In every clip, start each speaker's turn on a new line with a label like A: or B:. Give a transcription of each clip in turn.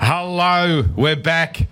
A: Hello, we're back.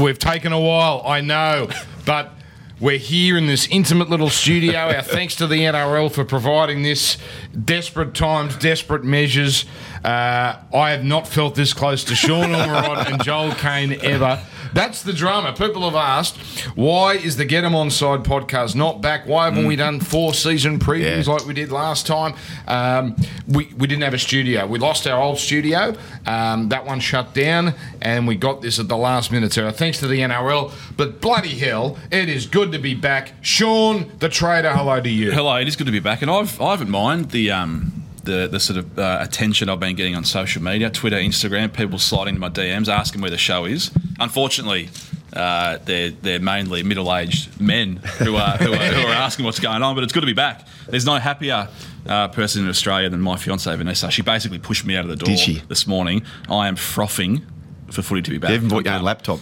A: We've taken a while, I know, but we're here in this intimate little studio. Our thanks to the NRL for providing this. Desperate times, desperate measures. Uh, I have not felt this close to Sean Ormerod and Joel Kane ever. That's the drama. People have asked, why is the Get 'Em On Side podcast not back? Why haven't we done four season previews
B: Yeah.
A: like we did last time? Um, we, we didn't have a studio. We lost our old studio. Um, that one shut down, and we got this at the last minute. So uh, thanks to the NRL. But bloody hell, it is good to be back. Sean, the trader, hello to you.
B: Hello, it is good to be back, and I've I haven't mind the um the the sort of uh, attention I've been getting on social media, Twitter, Instagram, people sliding into my DMs asking where the show is. Unfortunately. Uh, they're they're mainly middle-aged men who are, who are who are asking what's going on, but it's good to be back. There's no happier uh, person in Australia than my fiancee Vanessa. She basically pushed me out of the door
C: Did she?
B: this morning. I am frothing for footy to be back.
C: You even bought your own laptop.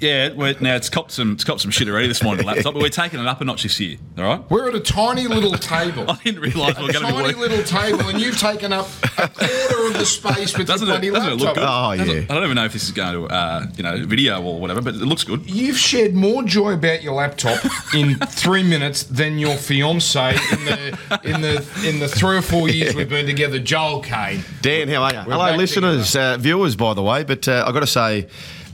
B: Yeah, we're, now it's copped some it's copped some shit already this morning. Laptop, but we're taking it up a notch this year. All right.
A: We're at a tiny little table.
B: I didn't realise we were going to be
A: tiny
B: working.
A: little table, and you've taken up a quarter of the space with
B: Doesn't
A: your
B: it,
A: bloody
B: doesn't it
A: laptop.
B: look good?
C: Oh, yeah.
B: Doesn't- I don't even know if this is going to, uh, you know, video or whatever, but it looks good.
A: You've shared more joy about your laptop in three minutes than your fiance in the in the in the three or four years we've been together. Joel Kane,
C: Dan, how are you?
A: back
C: Hello, listeners, uh, viewers, by the way. But uh, i got to say,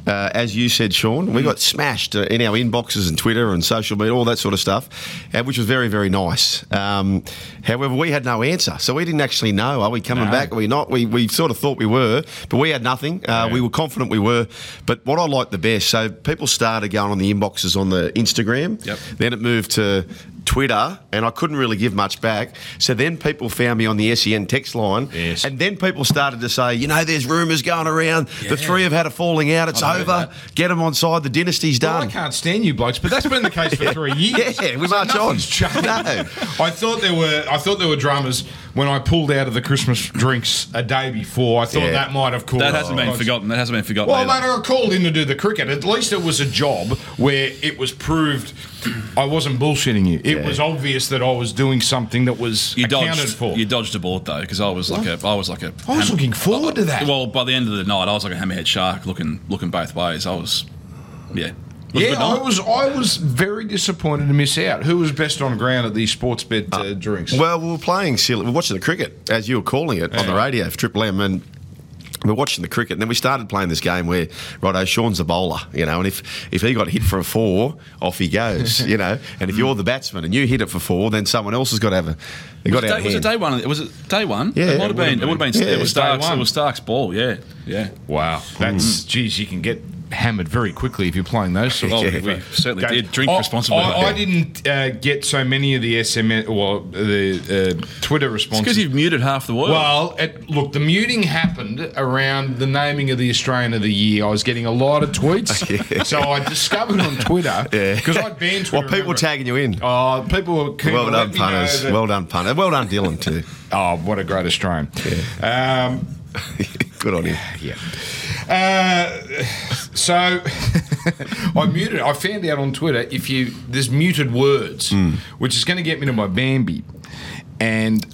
C: uh, as you said, Sean, we got smashed uh, in our inboxes and Twitter and social media, all that sort of stuff, uh, which was very, very nice. Um, however, we had no answer. So we didn't actually know are we coming back? Are we not? We, we sort of thought we were, but we had nothing. Uh, We were confident we were. But what I liked the best, so people started going on the inboxes on the Instagram.
B: Yep.
C: Then it moved to Twitter, and I couldn't really give much back. So then people found me on the SEN text line,
B: Yes.
C: and then people started to say, you know, there's rumours going around.
B: Yeah.
C: The three have had a falling out. It's
B: I've heard
C: over. Get them on side. The dynasty's
A: Well, I
C: done.
A: can't stand you blokes, but that's been the case for three years.
C: Yeah, we march on.
A: nothing's changed.
C: No.
A: I thought there were I thought there were dramas when I pulled out of the Christmas drinks a day before. I thought
C: Yeah.
A: that might have caused
B: That hasn't been forgotten. That hasn't been forgotten.
A: Oh, Well, mate,
B: either.
A: I got called in to do the cricket. At least it was a job where it was proved I wasn't bullshitting you. It was obvious that I was doing something that was
B: you
A: accounted
B: dodged.
A: for.
B: You dodged a bullet though, because I was like a, I was like a.
A: I was looking forward to that.
B: Well, by the end of the night, I was like a hammerhead shark, looking looking both ways. I was, yeah. It was a good
A: yeah, I
B: night.
A: was. I was very disappointed to miss out. Who was best on ground at the sports bet uh, drinks?
C: Well, we were playing silly. We were watching the cricket, as you were calling it, on the radio for Triple M, and we were watching the cricket. And then we started playing this game where, righto, Sean's the bowler, you know, and if, if he got hit for a four, off he goes, you know. And if you're the batsman and you hit it for four, then someone else has got to have a. They got
B: It
C: out
B: was,
C: of
B: day, was it
C: hand.
B: day one? Was it day one?
C: Yeah,
B: it might
C: it
B: have been. It would have been.
C: Yeah,
B: it was
A: it's day
B: Stark's.
A: one.
B: It was Stark's ball. Yeah, yeah.
A: wow,
B: hmm.
A: that's geez, you can get hammered very quickly if you're playing those sorts.
B: Well,
A: of
B: we- we certainly did drink
A: I-
B: responsibly.
A: I, I didn't uh, get so many of the SMS, well, the uh, Twitter responses.
B: because you've muted half the world.
A: Well, it, look, the muting happened around the naming of the Australian of the Year. I was getting a lot of tweets, so I discovered on Twitter because I'd banned Twitter.
C: Well, people
A: remember.
C: tagging you in.
A: Oh, people were keen
C: well
A: to
C: done,
A: let me know
C: punters.
A: that-
C: Well done, punter. Well done, Dylan, too.
A: oh, what a great Australian. Um,
C: Good on you.
A: yeah. Uh, so I muted. I found out on Twitter if you there's muted words,
C: Hmm.
A: which is going to get me to my Bambi, and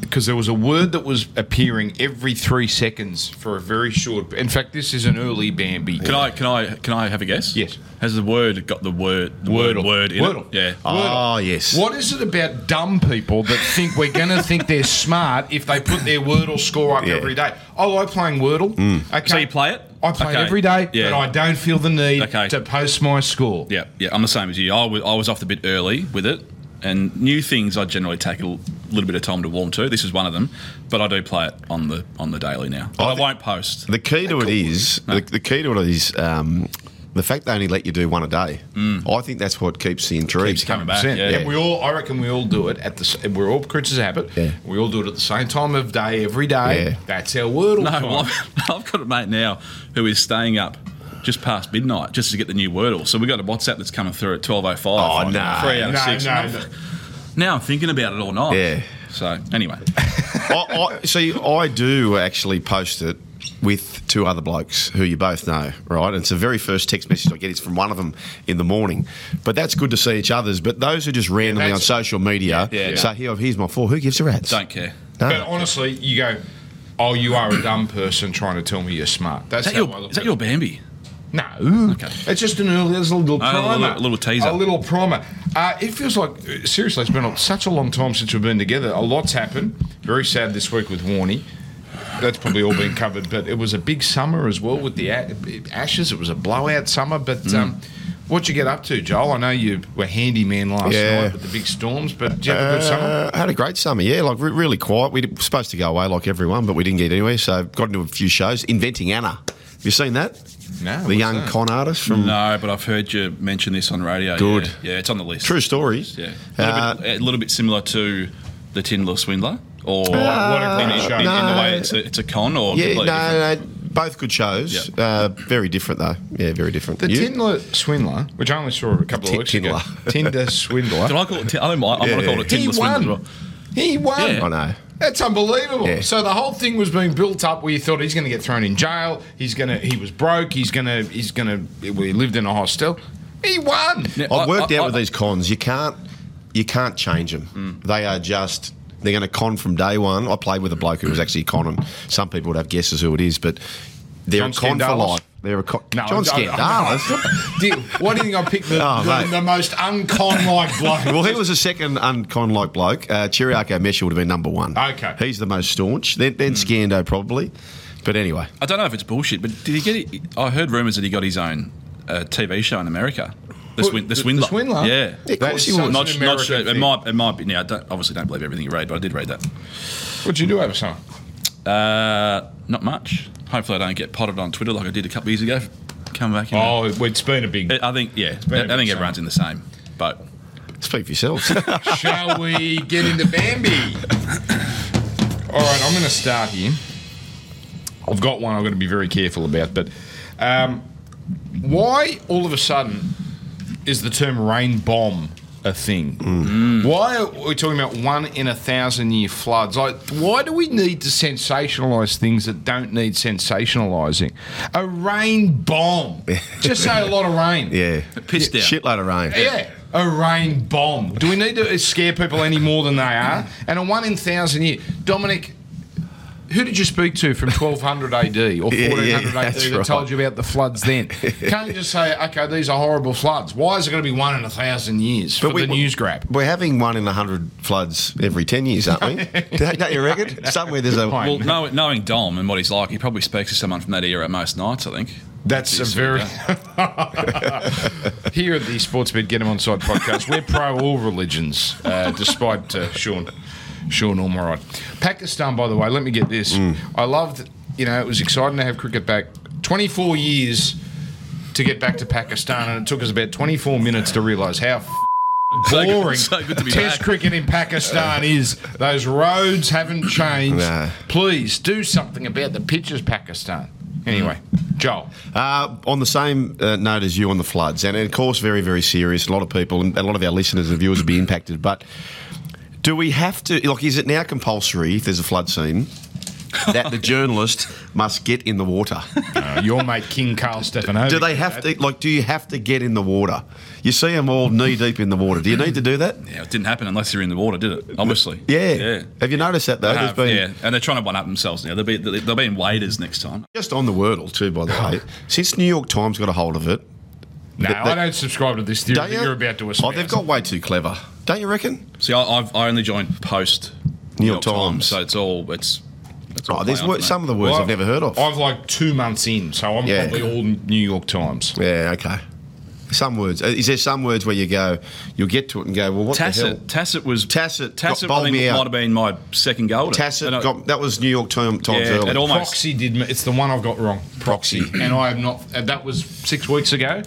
A: because there was a word that was appearing every three seconds for a very short. In fact, this is an early Bambi.
B: Can I can I can I have a guess?
A: Yes.
B: Has the word got the word the word
A: Wordle.
B: word in
A: Wordle.
B: it? Yeah.
C: Oh, yes.
A: What is it about dumb people that think we're going to think they're smart if they put their Wordle score up
C: Yeah. Mm.
A: every day? Oh, I like playing Wordle. Okay.
B: So you play it?
A: I play it
B: Okay.
A: every day,
B: Yeah.
A: but I don't feel the need
B: Okay.
A: to post my score.
B: Yeah, yeah. I'm the same as you. I was, I was off the bit early with it, and new things I generally take a l- little bit of time to warm to. This is one of them, but I do play it on the on the daily now. But I,
C: thi-
B: won't post.
C: The key to it is the, the key to it is um, the fact they only let you do one a day. I think that's what keeps the intrigue.
B: Keeps coming back.
A: 100%.
B: Yeah.
A: And we all, I reckon, we all do it at the. s- We're all creatures of habit.
C: Yeah.
A: We all do it at the same time of day every day.
C: Yeah.
A: That's our wordle
B: No,
A: time.
B: well, I've, I've got a mate now who is staying up just past midnight just to get the new Wordle. So we got a WhatsApp that's coming through at 12:05.
C: Oh,
B: Like,
C: no.
B: Three out
A: no,
B: of six.
A: no, no.
B: Now I'm thinking about it all night.
C: Yeah.
B: So anyway,
C: I, I, see, I do actually post it with two other blokes who you both know, right? And it's the very first text message I get is from one of them in the morning. But that's good to see each other's. But those who just randomly on
A: that's-
C: social media
B: Yeah, yeah,
C: say,
B: no.
C: "Here, here's my four. Who gives a rat's?
B: don't care.
C: No.
A: But honestly, you go. oh, you are a dumb person trying to tell me you're smart. That's
B: Is that
A: how I
B: your,
A: look
B: is that
A: at
B: your
A: it.
B: Bambi?
A: No.
B: Okay.
A: It's just an early, there's a little
B: Oh, a
A: primer.
B: little- little teaser.
A: A little primer. Uh, it feels like, seriously, it's been such a long time since we've been together. A lot's happened. Very sad this week with Warney. That's probably all been covered, but it was a big summer as well with the a- Ashes. It was a blowout summer, but
B: Mm.
A: um, what you get up to, Joel? I know you were handyman last
C: Yeah.
A: night with the big storms, but did you have a good summer?
C: Uh, had a great summer, yeah. Like re- really quiet. We were supposed to go away like everyone, but we didn't get anywhere. So got into a few shows. Inventing Anna. Have you seen that?
A: No,
C: The
A: what's
C: young
A: that?
C: con artist from
B: No, but I've heard you mention this on radio.
C: Good.
B: Yeah, Yeah, it's on the list.
C: True Story.
B: Yeah. A little,
C: Uh,
B: bit, a little bit similar to the Tindler Swindler, or
A: what a great
B: in,
A: show.
B: in- in the way
C: Uh, no.
B: it's a, it's a con, or
C: yeah. No,
B: completely different?
C: no. Both good shows.
B: Yeah.
C: Uh, very different though. Yeah, very different.
A: The
C: You?
A: Tindler Swindler, which I only saw a couple of
C: Tin-
A: weeks ago.
C: Tindler.
A: Tinder
B: Did
A: Swindler.
B: I call it? Tin- I don't mind. I'm
C: Yeah,
B: going to call it
C: yeah.
A: He
B: Tindler Swindler.
A: won.
B: as well.
A: He won.
B: Yeah.
C: I know.
A: That's unbelievable.
C: Yeah.
A: So the whole thing was being built up where you thought he's going to get thrown in jail. He's going to. He was broke. He's going to. He's going to. Well, he lived in a hostel. He won.
B: Yeah,
C: I've worked
B: I-
C: out
B: I-
C: with these cons. You can't you can't change them.
A: Mm.
C: They are just they're going to con from day one. I played with a bloke who was actually a con, and some people would have guesses who it is, but they're
A: John
C: a con for
A: Skandalis?
C: life. They're a con.
A: No,
C: John
A: I- I- I-
C: Skandalis.
A: Do you- why do you think I picked the,
C: Oh,
A: the,
C: mate.
A: the most uncon-like bloke?
C: Well, he was a second uncon like bloke. Uh, Chiriaco Mesha would have been number one.
A: Okay. Mm.
C: He's the most staunch. Then, then Scando, probably. But anyway.
B: I don't know if it's bullshit, but did he get? It? I heard rumors that he got his own uh, TV show in America. The,
A: Well,
B: Swin-
A: the-
B: the Swindler.
A: the Swindler?
B: Yeah.
C: Yeah,
A: That
C: of course
A: is
C: he
A: such
C: would.
B: Not,
A: an
B: not
A: American
B: sure. It
A: thing.
B: might. It might be. Now, I don't, obviously, don't believe everything you read, but I did read that.
A: What'd you do over summer?
B: Uh, not much. Hopefully, I don't get potted on Twitter like I did a couple years ago. Come back. And,
A: Oh, it's been a big.
B: I think. Yeah. I,
A: been a
B: I think
A: bit
B: everyone's
A: same.
B: in the same boat.
C: Speak for yourself.
A: Shall we get into Bambi? All right, I'm going to start here. I've got one I'm going to be very careful about, but um, why all of a sudden is the term rain bomb a thing? Why are we talking about one in a thousand year floods? Like, why do we need to sensationalise things that don't need sensationalising? A rain bomb. Just say a lot of rain.
C: yeah.
B: Pissed down.
C: Shitload of rain.
A: Yeah, a rain bomb. Do we need to scare people any more than they are? And a one in thousand year, Dominic. Who did you speak to from 1200 AD or 1400
C: Yeah, yeah,
A: AD
C: that's
A: that
C: right.
A: told you about the floods then? Can't you just say, okay, these are horrible floods? Why is it going to be one in a thousand years for
C: we-
A: the news grab?
C: We're having one in a hundred floods every ten years, aren't we? don't, don't you reckon? Somewhere there's a
A: Right.
B: Well, know, knowing Dom and what he's like, he probably speaks to someone from that era most nights. I think.
A: That's a very. Here at the Sportsbet Get 'Em On Side podcast, we're pro all religions, uh, despite uh, Sean Sean Ormerod. Pakistan, by the way, let me get this. I loved, you know, it was exciting to have cricket back. 24 years to get back to Pakistan, and it took us about 24 minutes to realise how. F-
B: So good-
A: Boring
B: so good to be
A: test
B: back.
A: cricket in Pakistan is. Those roads haven't changed.
C: Nah.
A: Please do something about the pitches, Pakistan. Anyway, Joel.
C: Uh, on the same uh, note as you on the floods, and of course, very, very serious. A lot of people and a lot of our listeners and viewers will be impacted. But do we have to, like, is it now compulsory if there's a flood scene that the journalist must get in the water?
A: Uh, your mate King Carl Stefano.
C: Do they have to, like, do you have to get in the water? You see them all knee deep in the water. Do you need to do that?
B: Yeah, it didn't happen unless you're in the water, did it? Obviously.
C: Yeah.
B: Yeah.
C: Have you noticed that, though?
B: I
C: There's
B: have, yeah, and they're trying to one up themselves now. They'll be they'll be in waders next time.
C: Just on the Wordle, too, by the way. Since New York Times got a hold of it,
A: No,
C: Th-
A: I don't subscribe to this theory
C: don't
A: that
C: you?
A: you're about to
C: Oh,
A: espouse.
C: they've got way too clever. Don't you reckon?
B: See, I, I've I only joined post
C: New York Times.
B: so it's all it's. it's all
C: Oh, there's
B: play on
C: wo-
B: from
C: some of the words
A: Well,
C: I've never heard of.
A: I've like two months in, so I'm
C: Yeah.
A: probably all New York Times.
C: Yeah, okay. Some words. uh, Is there some words where you go, you'll get to it and go, well, what the hell?
B: Tacit. Tacit was
C: Tacit got
B: Tacit. I
C: bowled
B: think
C: me
B: might
C: out.
B: have been my second goal.
C: Tacit.
B: And I-
C: got, that was New York Times Times
B: yeah,
C: early.
B: it almost.
A: Proxy did. me- It's the one I've got wrong. Proxy, and I have not. And that was six weeks ago,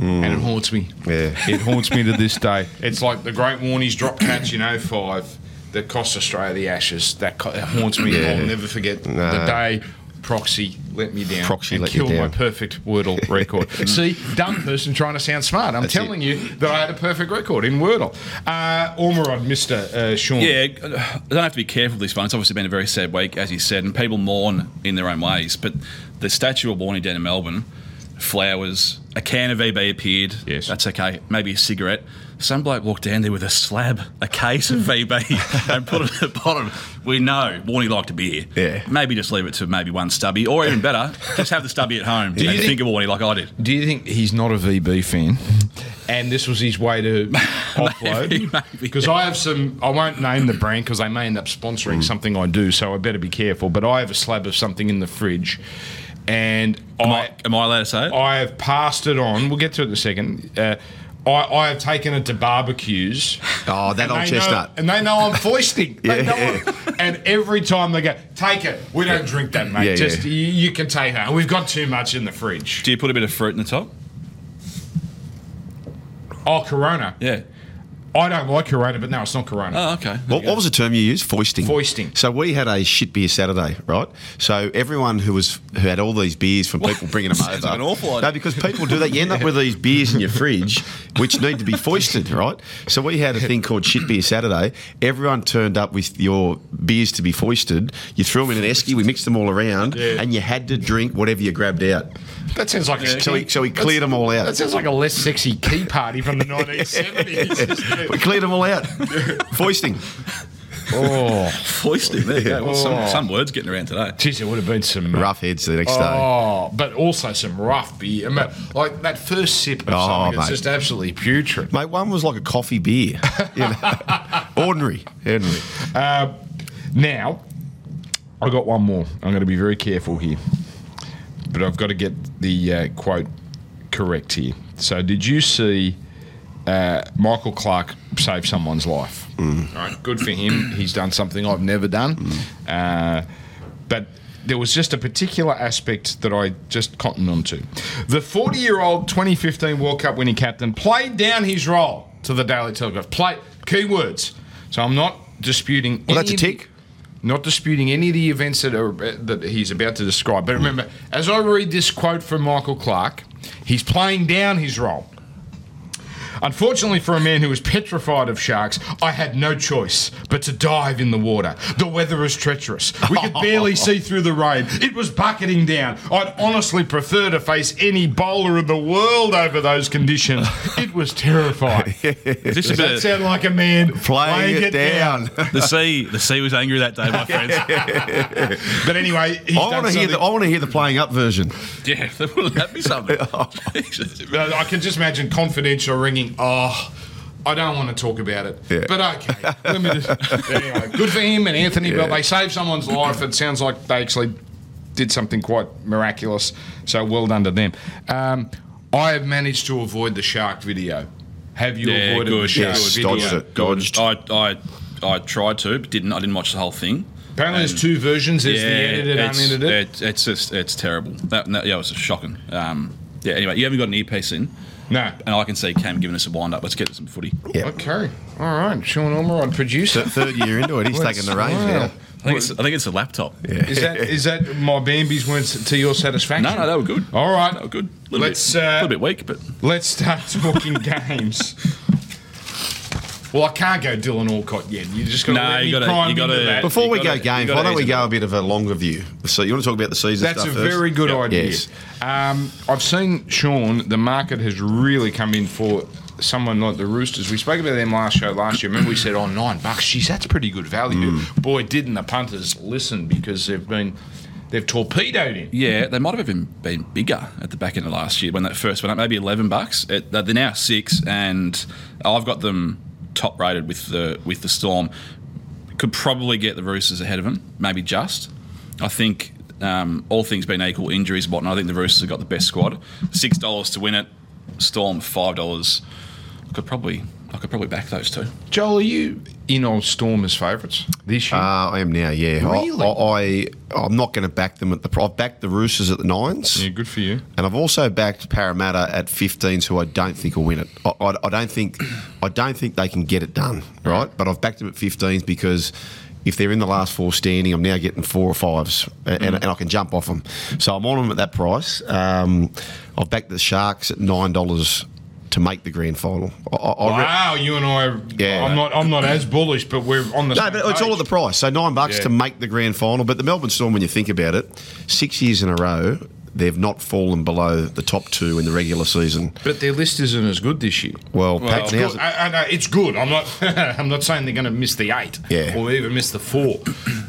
A: and it haunts me.
C: Yeah.
A: it haunts me to this day. It's like the Great Warnies drop catch in 05 that cost Australia the Ashes. That co- it haunts me.
C: Yeah.
A: I'll never forget
C: No.
A: the day. Proxy let me down.
C: Proxy
A: and
C: let you
A: killed my
C: down.
A: perfect Wordle record. See, dumb person trying to sound smart. I'm
C: That's
A: telling
C: it.
A: you that I had a perfect record in Wordle. Uh, Ormerod, Mr. Uh, Sean.
B: Yeah, I don't have to be careful with this one. It's obviously been a very sad week, as you said, and people mourn in their own ways. But the statue of Warney down in Melbourne, flowers. A can of EB appeared.
A: Yes.
B: That's okay. Maybe a cigarette. Some bloke walked down there with a slab, a case of VB, and put it at the bottom. We know Warney liked a beer.
C: Yeah.
B: Maybe just leave it to maybe one stubby, or even better, just have the stubby at home. Do
A: you
B: you
A: think-
B: think of Warney like I did?
A: Do you think he's not a VB fan, and this was his way to
B: Maybe,
A: offload?
B: maybe,
A: Because I have some, I won't name the brand because they may end up sponsoring something I do, so I better be careful. But I have a slab of something in the fridge, and
B: Am
A: I,
B: I, am I allowed to say it?
A: I have passed it on. We'll get to it in a second. Uh, I, I have taken it to barbecues.
C: Oh, that old
A: They know-
C: chestnut.
A: and they know I'm foisting. They
C: Yeah,
A: know I'm- and every time they go, take it. We don't drink that, mate.
C: Yeah,
A: Just
C: yeah.
A: You, you can take that. We've got too much in the fridge.
B: Do you put a bit of fruit in the top?
A: Oh, Corona.
B: Yeah.
A: I don't like Corona, but no, it's not Corona.
B: Oh, okay. There
C: What,
B: you go.
C: what was the term you used? Foisting.
A: Foisting.
C: So we had a shit beer Saturday, right? So everyone who was who had all these beers from people bringing them
B: Sounds
C: over.
B: like an awful idea.
C: No, because people do that. You end up with these beers in your fridge, which need to be foisted, right? So we had a thing called shit beer Saturday. Everyone turned up with your beers to be foisted. You threw them in an esky. We mixed them all around,
A: Yeah.
C: and you had to drink whatever you grabbed out.
A: that sounds like a
C: So we
A: key-
C: so we cleared them all
A: Oh. that
C: out.
A: sounds like a less sexy key party from the 1970s.
C: We cleared them all out. Foisting.
A: oh,
B: foisting? There you go. Well, some,
A: Oh.
B: some words getting around today.
A: geez, it would have been some
C: Rough heads the next day.
A: Oh, but also some rough beer. Ma- Like that first sip of
C: Oh,
A: something, it's
C: mate.
A: just absolutely putrid.
C: Mate, one was like a coffee beer. You know? Ordinary. Ordinary.
A: Uh, now, I got one more. I'm going to be very careful here, but I've got to get the uh, quote correct here. So, did you see uh, Michael Clark save someone's life?
C: Mm.
A: All right, good for him. He's done something I've never done. Uh, but there was just a particular aspect that I just cottoned onto. The 40 year old 2015 World Cup winning captain played down his role to the Daily Telegraph. Play keywords. So I'm not disputing.
C: Well, that's
A: any
C: a
A: of the-
C: tick.
A: Not disputing any of the events that are that he's about to describe. But remember, as I read this quote from Michael Clark, he's playing down his role. Unfortunately for a man who was petrified of sharks, I had no choice but to dive in the water. The weather was treacherous. We could barely see through the rain. It was bucketing down. I'd honestly prefer to face any bowler in the world over those conditions. It was terrifying.
B: Is this a
A: Does that
B: bit of,
A: sound like a man
C: Playing, it, down.
B: the sea? The sea was angry that day, my friends.
A: But anyway, he's
C: I want to hear the I want to hear the playing up version.
B: yeah, wouldn't that be something? Jesus.
A: Uh, I can just imagine confidential ringing. Oh, I don't want to talk about it.
C: Yeah.
A: But okay. Let me just, anyway, good for him and Anthony, but they saved someone's life. It sounds like they actually did something quite miraculous. So well done to them. Um, I have managed to avoid the shark video. Have you
B: Yeah,
A: avoided the
B: good,
A: shark
C: yes,
A: video?
C: dodged it. Dodged.
B: I, I, I tried to, but didn't. I didn't watch the whole thing.
A: Apparently, there's two versions. There's the edited,
B: it's,
A: unedited.
B: It, it's just it's terrible. That, that- yeah, it was shocking. Um, yeah. Anyway, you haven't got an earpiece in,
A: no.
B: and I can see Cam giving us a wind up. Let's get some footy.
C: Yeah.
A: Okay. All right. Sean Ormerod, producer.
C: Th- Third year into it, he's taking the reins
A: Wow.
C: now.
B: I think it's, I think it's a laptop. Yeah.
A: Is that is that my Bambies weren't to your satisfaction?
B: No, no, they were good.
A: All right.
B: They were good. A little
A: Let's,
B: bit,
A: uh,
B: little bit weak, but
A: Let's start talking games. Well, I can't go Dylan Alcott yet. You just got to
B: No,
A: let
B: you
A: me
B: gotta-
A: prime
B: you gotta-
A: into that.
C: Before
B: You
C: we
B: gotta-
C: go games,
B: you gotta
C: why don't we
B: ease it
C: go a bit of a longer view? So you want to talk about the season
A: That's a
C: stuff
A: very good
B: Yep.
A: idea.
C: Yes.
A: Um, I've seen Sean. The market has really come in for someone like the Roosters. We spoke about them last show last year. Remember, we said, "Oh, nine bucks. Geez, that's pretty good value."
B: Mm.
A: Boy, didn't the punters listen because they've been they've torpedoed him.
B: Yeah, they might have even been bigger at the back end of last year when that first went up, maybe eleven bucks. It, they're now six, and I've got them top rated with the with the Storm. Could probably get the Roosters ahead of them, maybe just. I think um, all things being equal, injuries and whatnot, I think the Roosters have got the best squad. Six dollars to win it. Storm five dollars. Could probably I could probably back those two.
A: Joel, are you in on Storm as favourites this year?
C: Uh, I am now, yeah. I-
A: Really?
C: I, I, am not going to back them at the. I've backed the Roosters at the nines.
A: yeah, good for you.
C: And I've also backed Parramatta at 15s, who I don't think will win it. I, I, I don't think, I don't think they can get it done, right? But I've backed them at 15s because if they're in the last four standing, I'm now getting four or fives, a- and,
A: Mm.
C: and I can jump off them. So I'm on them at that price. Um, I've backed the Sharks at nine dollars to make the grand final. I, I, I re-
A: Wow, you and I. Are,
C: Yeah.
A: I'm not. I'm not as bullish, but we're on the.
C: no,
A: same
C: but it's all
A: page.
C: at the price. So nine bucks
A: Yeah.
C: to make the grand final. But the Melbourne Storm, when you think about it, six years in a row, they've not fallen below the top two in the regular season.
A: But their list isn't as good this year.
C: Well,
B: Well,
C: Pat
B: it's
A: Good.
C: now's
A: I, I know, uh, it's good. I'm not. I'm not saying they're going to miss the eight,
C: Yeah.
A: or even miss the four.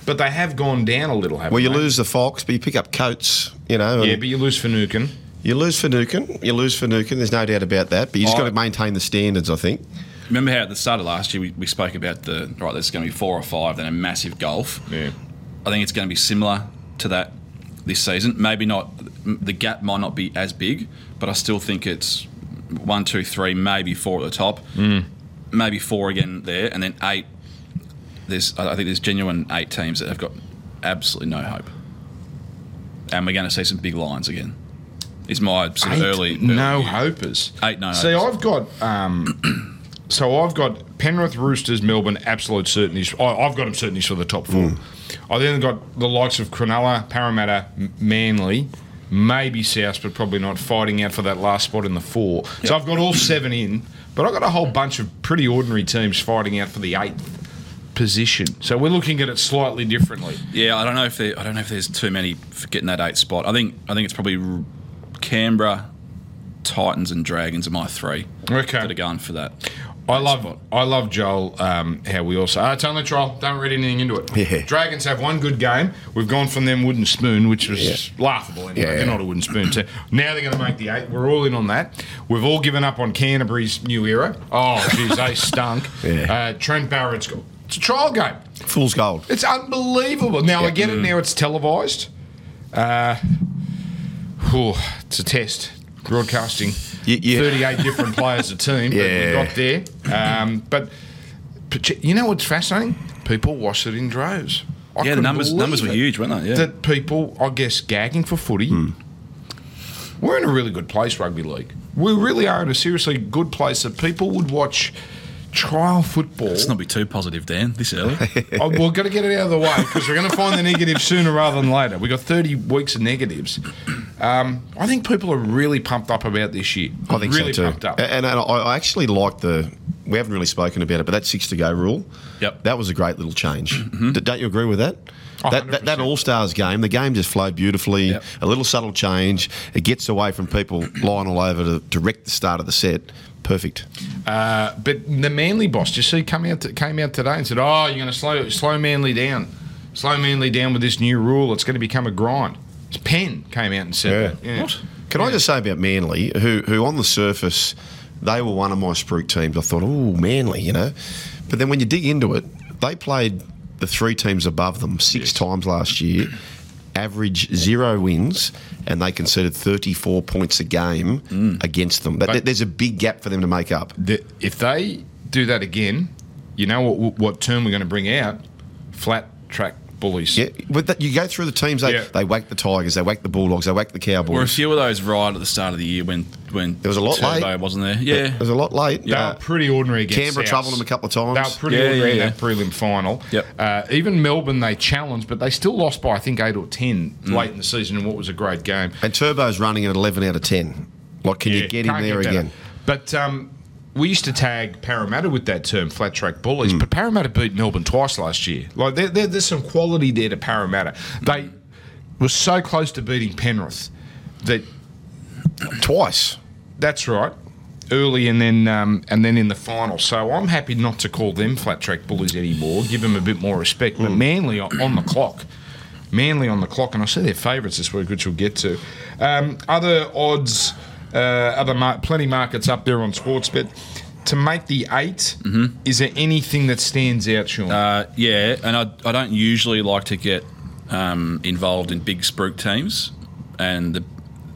A: But they have gone down a little. Haven't
C: well, you
A: they?
C: lose the Fox, but you pick up Coates. You know, and
A: Yeah, but you lose Finucane.
C: you lose Finucane. You lose Finucane. There's no doubt about that. But you just
B: I-
C: got to maintain the standards. I think.
B: Remember how at the start of last year we, we spoke about the right. There's going to be four or five, then a massive golf.
A: Yeah.
B: I think it's going to be similar to that this season. Maybe not. The gap might not be as big, but I still think it's one, two, three, maybe four at the top.
A: Mm.
B: Maybe four again there, and then eight. There's I I think there's genuine eight teams that have got absolutely no hope, and we're going to see some big lines again. Is my sort of
A: Eight
B: early, early
A: no hopers.
B: Eight no
A: See,
B: hopers.
A: I've got. Um, so I've got Penrith, Roosters, Melbourne, absolute certainties. I, I've got them certainties for the top four. I then got the likes of Cronulla, Parramatta, M- Manly. Maybe South, but probably not fighting out for that last spot in the four. So I've got all seven in, but I've got a whole bunch of pretty ordinary teams fighting out for the eighth position. So we're looking at it slightly differently.
B: Yeah, I don't know if there, I don't know if there's too many for getting that eight spot. I think I think it's probably R- Canberra, Titans, and Dragons are my three
A: Okay.
B: that are going for that.
A: I love I love Joel. Um, how we also uh, it's only a trial. Don't read anything into it.
C: Yeah.
A: Dragons have one good game. We've gone from them wooden spoon, which was laughable. Anyway,
C: Yeah.
A: they're not a wooden spoon. So now they're going to make the eight. We're all in on that. We've all given up on Canterbury's new era. Oh, jeez, they stunk.
C: Yeah.
A: Uh, Trent Barrett's got it's a trial game.
C: Fool's gold.
A: It's unbelievable. Now I get it. Now it's televised. Uh, whew, it's a test. Broadcasting
C: Y- yeah.
A: 38 different players a team. But
C: Yeah.
A: we got there. Um, but, but you know what's fascinating? People watch it in droves. I
B: Yeah, the
A: couldn't
B: numbers
A: believe
B: numbers were
A: it.
B: huge, weren't they? Yeah. Hmm.
A: That people, I guess, gagging for footy. We're in a really good place, rugby league. We really are in a seriously good place that people would watch trial football.
B: Let's not be too positive, Dan. This early.
A: Oh, we've got to get it out of the way because we're going to find the negative sooner rather than later. We've got 30 weeks of negatives. Um, I think people are really pumped up about this year.
C: I think
A: really
C: so too. Uh,
A: pumped up.
C: A- And, and I, I actually like the. We haven't really spoken about it, but that six to go rule.
B: Yep.
C: That was a great little change.
A: Mm-hmm.
C: D- Don't you agree with that?
A: Oh,
C: That, that, that
A: 100%.
C: All Stars game, the game just flowed beautifully.
B: Yep.
C: A little subtle change. It gets away from people lying all over to direct the start of the set. Perfect.
A: Uh, but the Manly boss, just see, come out came out today and said, "Oh, you're going to slow slow Manly down, slow Manly down with this new rule. It's going to become a grind." Penn came out and said,
C: Yeah.
A: that.
B: What?
C: Can I just say about Manly, who who on the surface they were one of my spruik teams. I thought, oh, Manly, you know, but then when you dig into it, they played the three teams above them six times last year, average zero wins, and they conceded thirty four points a game against them. That,
A: But-
C: there's a big gap for them to make up.
A: The- if they do that again, you know what what term we're going to bring out? Flat track bullies.
C: Yeah, but that, you go through the teams. They
A: Yeah.
C: they whack the Tigers, they whack the Bulldogs, they whack the
B: Were a
C: Cowboys.
B: few of those right at the start of the year when when
C: There was a lot
B: Turbo
C: late.
B: wasn't there?
C: There-
B: Yeah.
C: there's a lot late.
A: They
C: Uh,
A: were pretty ordinary against
C: Canberra
A: Souths.
C: troubled them a couple of
A: They
C: times.
A: were pretty
B: Yeah,
A: ordinary
B: yeah,
A: in that prelim final.
B: Yep.
A: Uh, even Melbourne, they challenged, but they still lost by I think eight or ten late in the season in what was a great game.
C: And Turbo's running at 11 out of 10. Like, can you
A: Yeah,
C: get in
A: can't
C: there
A: better.
C: again?
A: But um, we used to tag Parramatta with that term, flat track bullies. But Parramatta beat Melbourne twice last year. Like there, there, there's some quality there to Parramatta. They were so close to beating Penrith that
C: Twice.
A: that's right. Early and then um, and then in the final, so I'm happy not to call them flat track bullies anymore. Give them a bit more respect. But Manly on on the clock, Manly on the clock, and I see their favourites this week, which we'll get to. Um, other odds, uh, other mar- plenty markets up there on Sportsbet to make the 8 Is there anything that stands out, Sean?
B: Uh, yeah, and I, I don't usually like to get um, involved in big spruik teams, and the,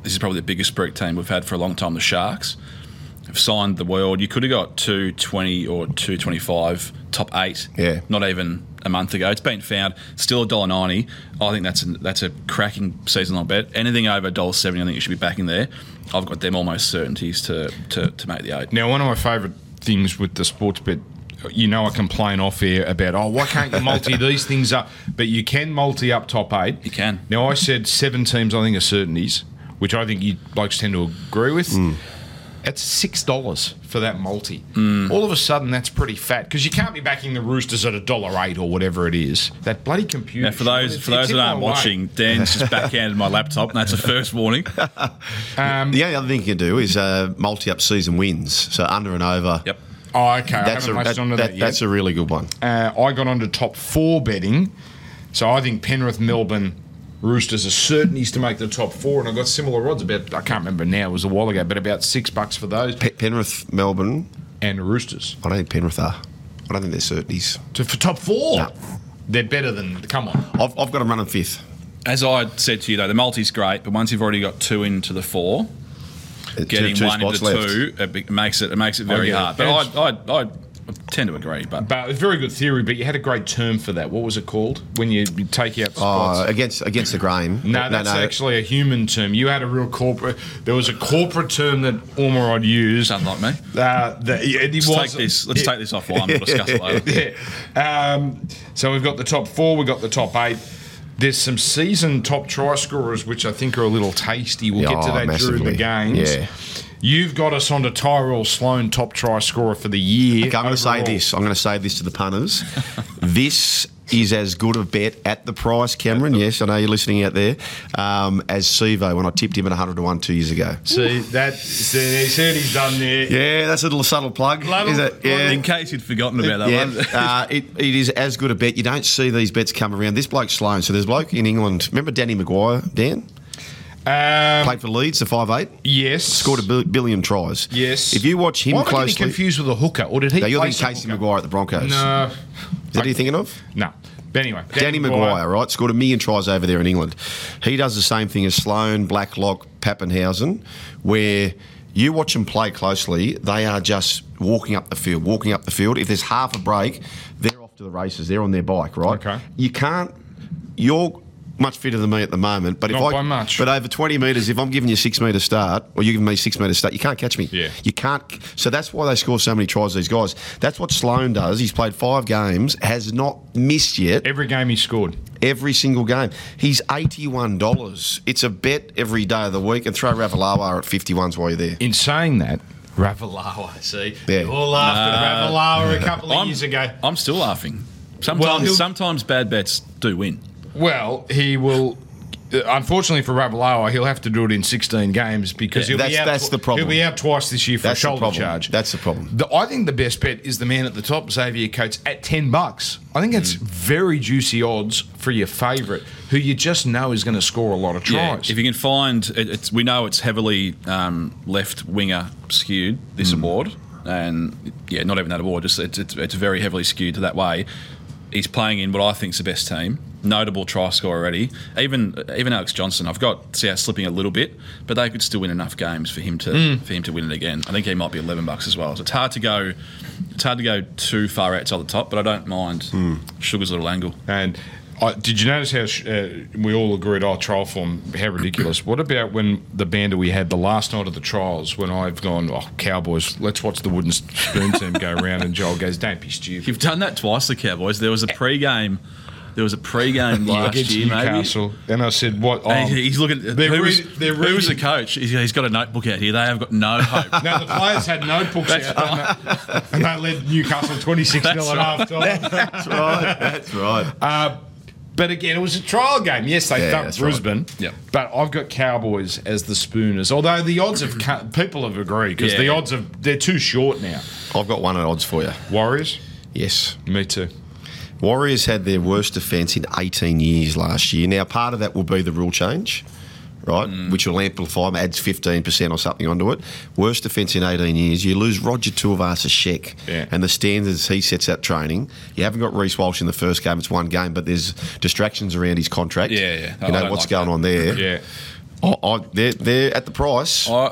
B: this is probably the biggest spruik team we've had for a long time. The Sharks have signed the world. You could have got two twenty or two twenty five top eight.
C: Yeah.
B: not even a month ago. It's been found. Still a dollar ninety. I think that's an, that's a cracking season long bet. Anything over a dollar seventy, I think you should be backing there. I've got them almost certainties to to, to make the eight.
A: Now, one of my favourite things with the sports bet, you know, I complain off air about, oh, why can't you multi these things up? But you can multi up top eight.
B: You can.
A: Now,
C: Mm.
A: I said seven teams, I think, are certainties, which I think you blokes tend to agree with. It's six dollars for that multi.
B: Mm.
A: All of a sudden, that's pretty fat because you can't be backing the Roosters at a dollar eight or whatever it is. That bloody computer.
B: Now, for
A: shit,
B: those
A: it's-
B: for those
A: it's
B: that
A: in
B: aren't
A: my way.
B: watching, Dan's just backhanded my laptop, and that's a first warning.
A: Um,
C: The only other thing you can do is uh, multi up season wins. So under and over.
B: Yep.
A: Oh, okay. I
C: That's
A: haven't
C: a,
A: latched
C: that,
A: onto
C: that-
A: that yet.
C: that's a really good one.
A: Uh, I got onto top four betting. So I think Penrith, Melbourne, Roosters are certainties to make the top four, and I got similar odds about I can't remember now, it was a while ago, but about six bucks for those
C: Pe- Penrith, Melbourne.
A: and Roosters
C: I don't think Penrith are. I don't think they're certainties.
A: to, for top four.
C: No.
A: They're better than come on.
C: I've, I've got them running fifth.
B: As I said to you though, the multi's great, but once you've already got two into the four,
C: Two-
B: getting
C: two
B: one into
C: spots left.
B: two it be- makes it it makes it very
A: get it.
B: hard. But I, I I tend to agree. But
A: But it's very good theory. But you had a great term for that. What was it called when you you take out spots?
C: Oh, against against the grain.
A: No, that's actually a human term. You had a real corporate. There was a corporate term that Ormerod used.
B: sounds like me.
A: Uh, that it, it
B: Let's
A: was,
B: take this. Let's
A: it-
B: take this offline. We'll discuss it later.
A: Yeah. Um, so we've got the top four, we've got the top eight. There's some season top try scorers, which I think are a little tasty. We'll get to
C: Oh,
A: that during the
C: massively.
A: games.
C: Yeah.
A: You've got us onto Tyrell Sloan, top try scorer for the year.
C: Okay, I'm going to say
A: overall.
C: this. I'm going to say this to the punters. this is as good a bet at the price, Cameron. Yes, I know you're listening out there. Um, as Sivo when I tipped him at 100 to one two years ago.
A: See, that, see, see what he's done there.
C: Yeah, that's a little subtle plug,
A: Little-
C: is it?
B: Well, In
C: Yeah.
B: case you'd forgotten about that
C: Yeah,
B: one.
C: uh, it, it is as good a bet. You don't see these bets come around. This bloke Sloan, so there's a bloke in England. Remember Danny Maguire, Dan?
A: Um,
C: Played for Leeds, the 5'8,
A: yes.
C: scored a bil- billion tries.
A: Yes.
C: If you watch him
A: Why am I getting
C: closely.
A: confused with a hooker? Or did he?
C: No, you're
A: play
C: thinking
A: some
C: Casey
A: hooker?
C: Maguire at the Broncos.
A: No.
C: Is that who you're thinking of?
A: No. But anyway,
C: Danny Maguire, right, scored a million tries over there in England. He does the same thing as Sloan, Blacklock, Pappenhausen, where you watch them play closely, they are just walking up the field, walking up the field. If there's half a break, they're off to the races, they're on their bike, right?
A: Okay.
C: You can't, you're much fitter than me at the moment, but if
A: Not
C: I,
A: by much.
C: but over 20 metres, if I'm giving you a six metre start, or you're giving me a six metre start, you can't catch me.
A: Yeah.
C: You can't. So that's why they score so many tries, these guys. That's what Sloan does. He's played five games, has not missed yet
A: Every game he scored.
C: every single game. He's eighty-one dollars. It's a bet every day of the week, and throw Ravalawa at fifty-ones while you're there.
A: in saying that, Ravalawa, see,
C: Yeah.
A: you all laughed at Ravalawa a couple of
B: I'm,
A: years ago.
B: I'm still laughing. Sometimes
A: he'll-
B: sometimes bad bets do win.
A: Well, he will. uh, Unfortunately for Ravalawa, he'll have to do it in 16 games because he'll be
C: That's-
A: out.
C: that's the problem.
A: He'll be out twice this year for
C: That's
A: a
C: the
A: shoulder
C: problem.
A: charge.
C: That's the problem.
A: The- I think the best bet is the man at the top, Xavier Coates, at 10 bucks. I think
C: Mm.
A: that's very juicy odds for your favourite, who you just know is going to score a lot of
B: Yeah,
A: tries.
B: if you can find, it, it's, we know it's heavily um, left winger skewed this award, and yeah, not even that award. Just it's, it's it's very heavily skewed to that way. He's playing in what I think is the best team. Notable try scorer already. Even even Alex Johnson, I've got South slipping a little bit, but they could still win enough games for him to for him to win it again. I think he might be eleven bucks as well. So it's hard to go. It's hard to go too far outside the top, but I don't mind Sugar's little angle.
A: And I, did you notice how sh- uh, we all agreed, oh, trial form, how ridiculous? what about when the banter we had the last night of the trials, when I've gone, oh, Cowboys, let's watch the wooden spoon team go around, and Joel goes, don't be stupid.
B: You've done that twice, the Cowboys. There was a pre-game. There was a pre-game last
A: Against
B: year, maybe.
A: Newcastle, and I said, "What?" Oh,
B: And he- he's looking.
A: They're
B: who, was,
A: read- they're
B: who was the
A: reading-
B: coach? He's- he's got a notebook out here. They have got no hope.
A: now the players had notebooks out, and they- and they led Newcastle twenty-six 0 at half time.
C: That's right. That's right.
A: Uh, But again, it was a trial game. Yes, they
C: Yeah,
A: dumped
C: that's right.
A: Brisbane.
B: Yep.
A: But I've got Cowboys as the spooners. Although the odds have cut, people have agreed because the
B: Yeah.
A: odds have they're too short now.
C: I've got one at odds for you.
A: Warriors.
C: Yes.
A: Me too.
C: Warriors had their worst defence in 18 years last year. Now, part of that will be the rule change, right?
B: Mm.
C: Which will amplify, adds 15% or something onto it. Worst defence in 18 years. You lose Roger Tuivasa-Sheck
A: Yeah.
C: and the standards he sets out training. You haven't got Reese Walsh in the first game. It's one game, but there's distractions around his contract.
B: Yeah, yeah. I
C: You know
B: don't
C: what's
B: like
C: going
B: that.
C: on there.
A: Yeah.
C: I, I, they're, they're at the price.
B: I,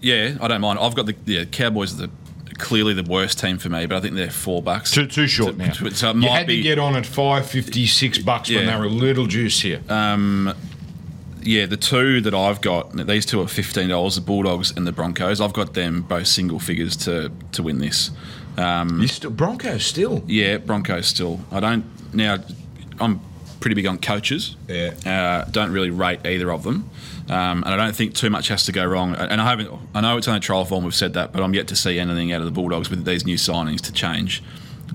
B: yeah, I don't mind. I've got the yeah, Cowboys are the clearly the worst team for me, but I think they're four bucks.
A: Too too short now.
B: So, so it
A: you
B: might
A: had
B: be.
A: to get on at five fifty six bucks when
B: Yeah.
A: they were a little juice here.
B: yeah, the two that I've got, these two are fifteen dollars. The Bulldogs and the Broncos. I've got them both single figures to to win this. Um,
A: you still Broncos still.
B: Yeah, Broncos still. I don't now. I'm pretty big on coaches.
A: Yeah.
B: Uh, don't really rate either of them. Um, and I don't think too much has to go wrong. And I haven't. I know it's only trial form. We've said that, but I'm yet to see anything out of the Bulldogs with these new signings to change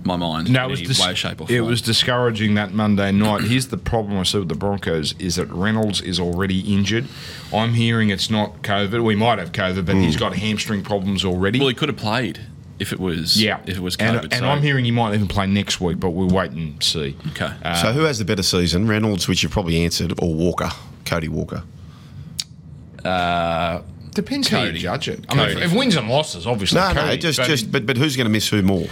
B: my mind.
A: No,
B: in
A: it was,
B: any
A: dis-
B: way, shape, or form.
A: it was discouraging that Monday night. Here's the problem I see with the Broncos is that Reynolds is already injured. I'm hearing it's not COVID. We might have COVID, but he's got hamstring problems already.
B: Hmm. Well, he could have played if it was.
A: yeah,
B: If it was
A: And-
B: COVID.
A: and,
B: so-
A: I'm hearing he might even play next week, but we'll wait and see.
B: Okay.
C: so who has the better season, Reynolds, which you've probably answered, or Walker, Cody Walker?
A: Depends how you
B: Cody.
A: judge it. I
B: Cody.
A: mean, if, if wins and losses, obviously.
C: No, no,
A: Cody,
C: just
A: but
C: just but but who's going to miss who more?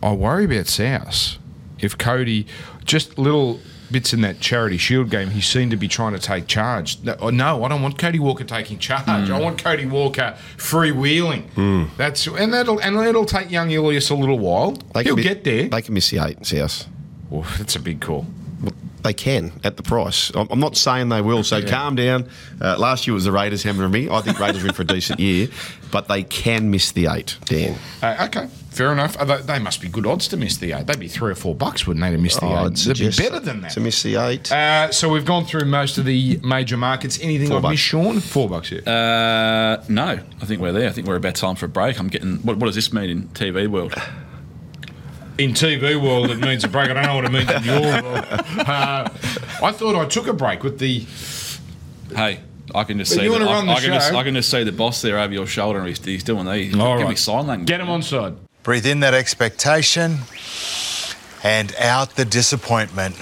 A: I worry about South. If Cody, just little bits in that charity shield game, he seemed to be trying to take charge. No, oh, no, I don't want Cody Walker taking charge.
C: Hmm.
A: I want Cody Walker freewheeling. That's and that'll and it'll take young Ilias a little while.
C: They can
A: He'll
C: mi-
A: get there.
C: They can miss the eight, South.
A: Oh, that's a big call.
C: They can at the price. I'm I'm not saying they will, so calm down. Uh, last year was the Raiders hammering me. I think Raiders are in for a decent year, but they can miss the eight, Dan.
A: Uh, okay, fair enough. Uh, they, they must be good odds to miss the eight. They'd be three or four bucks, wouldn't they, to miss the
C: Oh, I'd
A: eight? They'd be
C: suggest
A: better than that.
C: To miss the eight.
A: Uh, so we've gone through most of the major markets. Anything
C: Four
A: I've
C: bucks.
A: missed, Sean? Four bucks, yeah.
B: Uh, no, I think we're there. I think we're about time for a break. I'm getting. What, what does this mean in TV world?
A: In TV world, it means a break. I don't know what it means in your world. Uh, I thought I took a break with the.
B: Hey, I can just
A: But
B: see.
A: you
B: that-
A: wanna
B: I,
A: run the
B: I can just,
A: show.
B: I can just see the boss there over your shoulder, and he's, he's doing these. Give
A: All
B: me
A: right.
B: sign language.
A: Get him on side.
D: Breathe in that expectation and out the disappointment.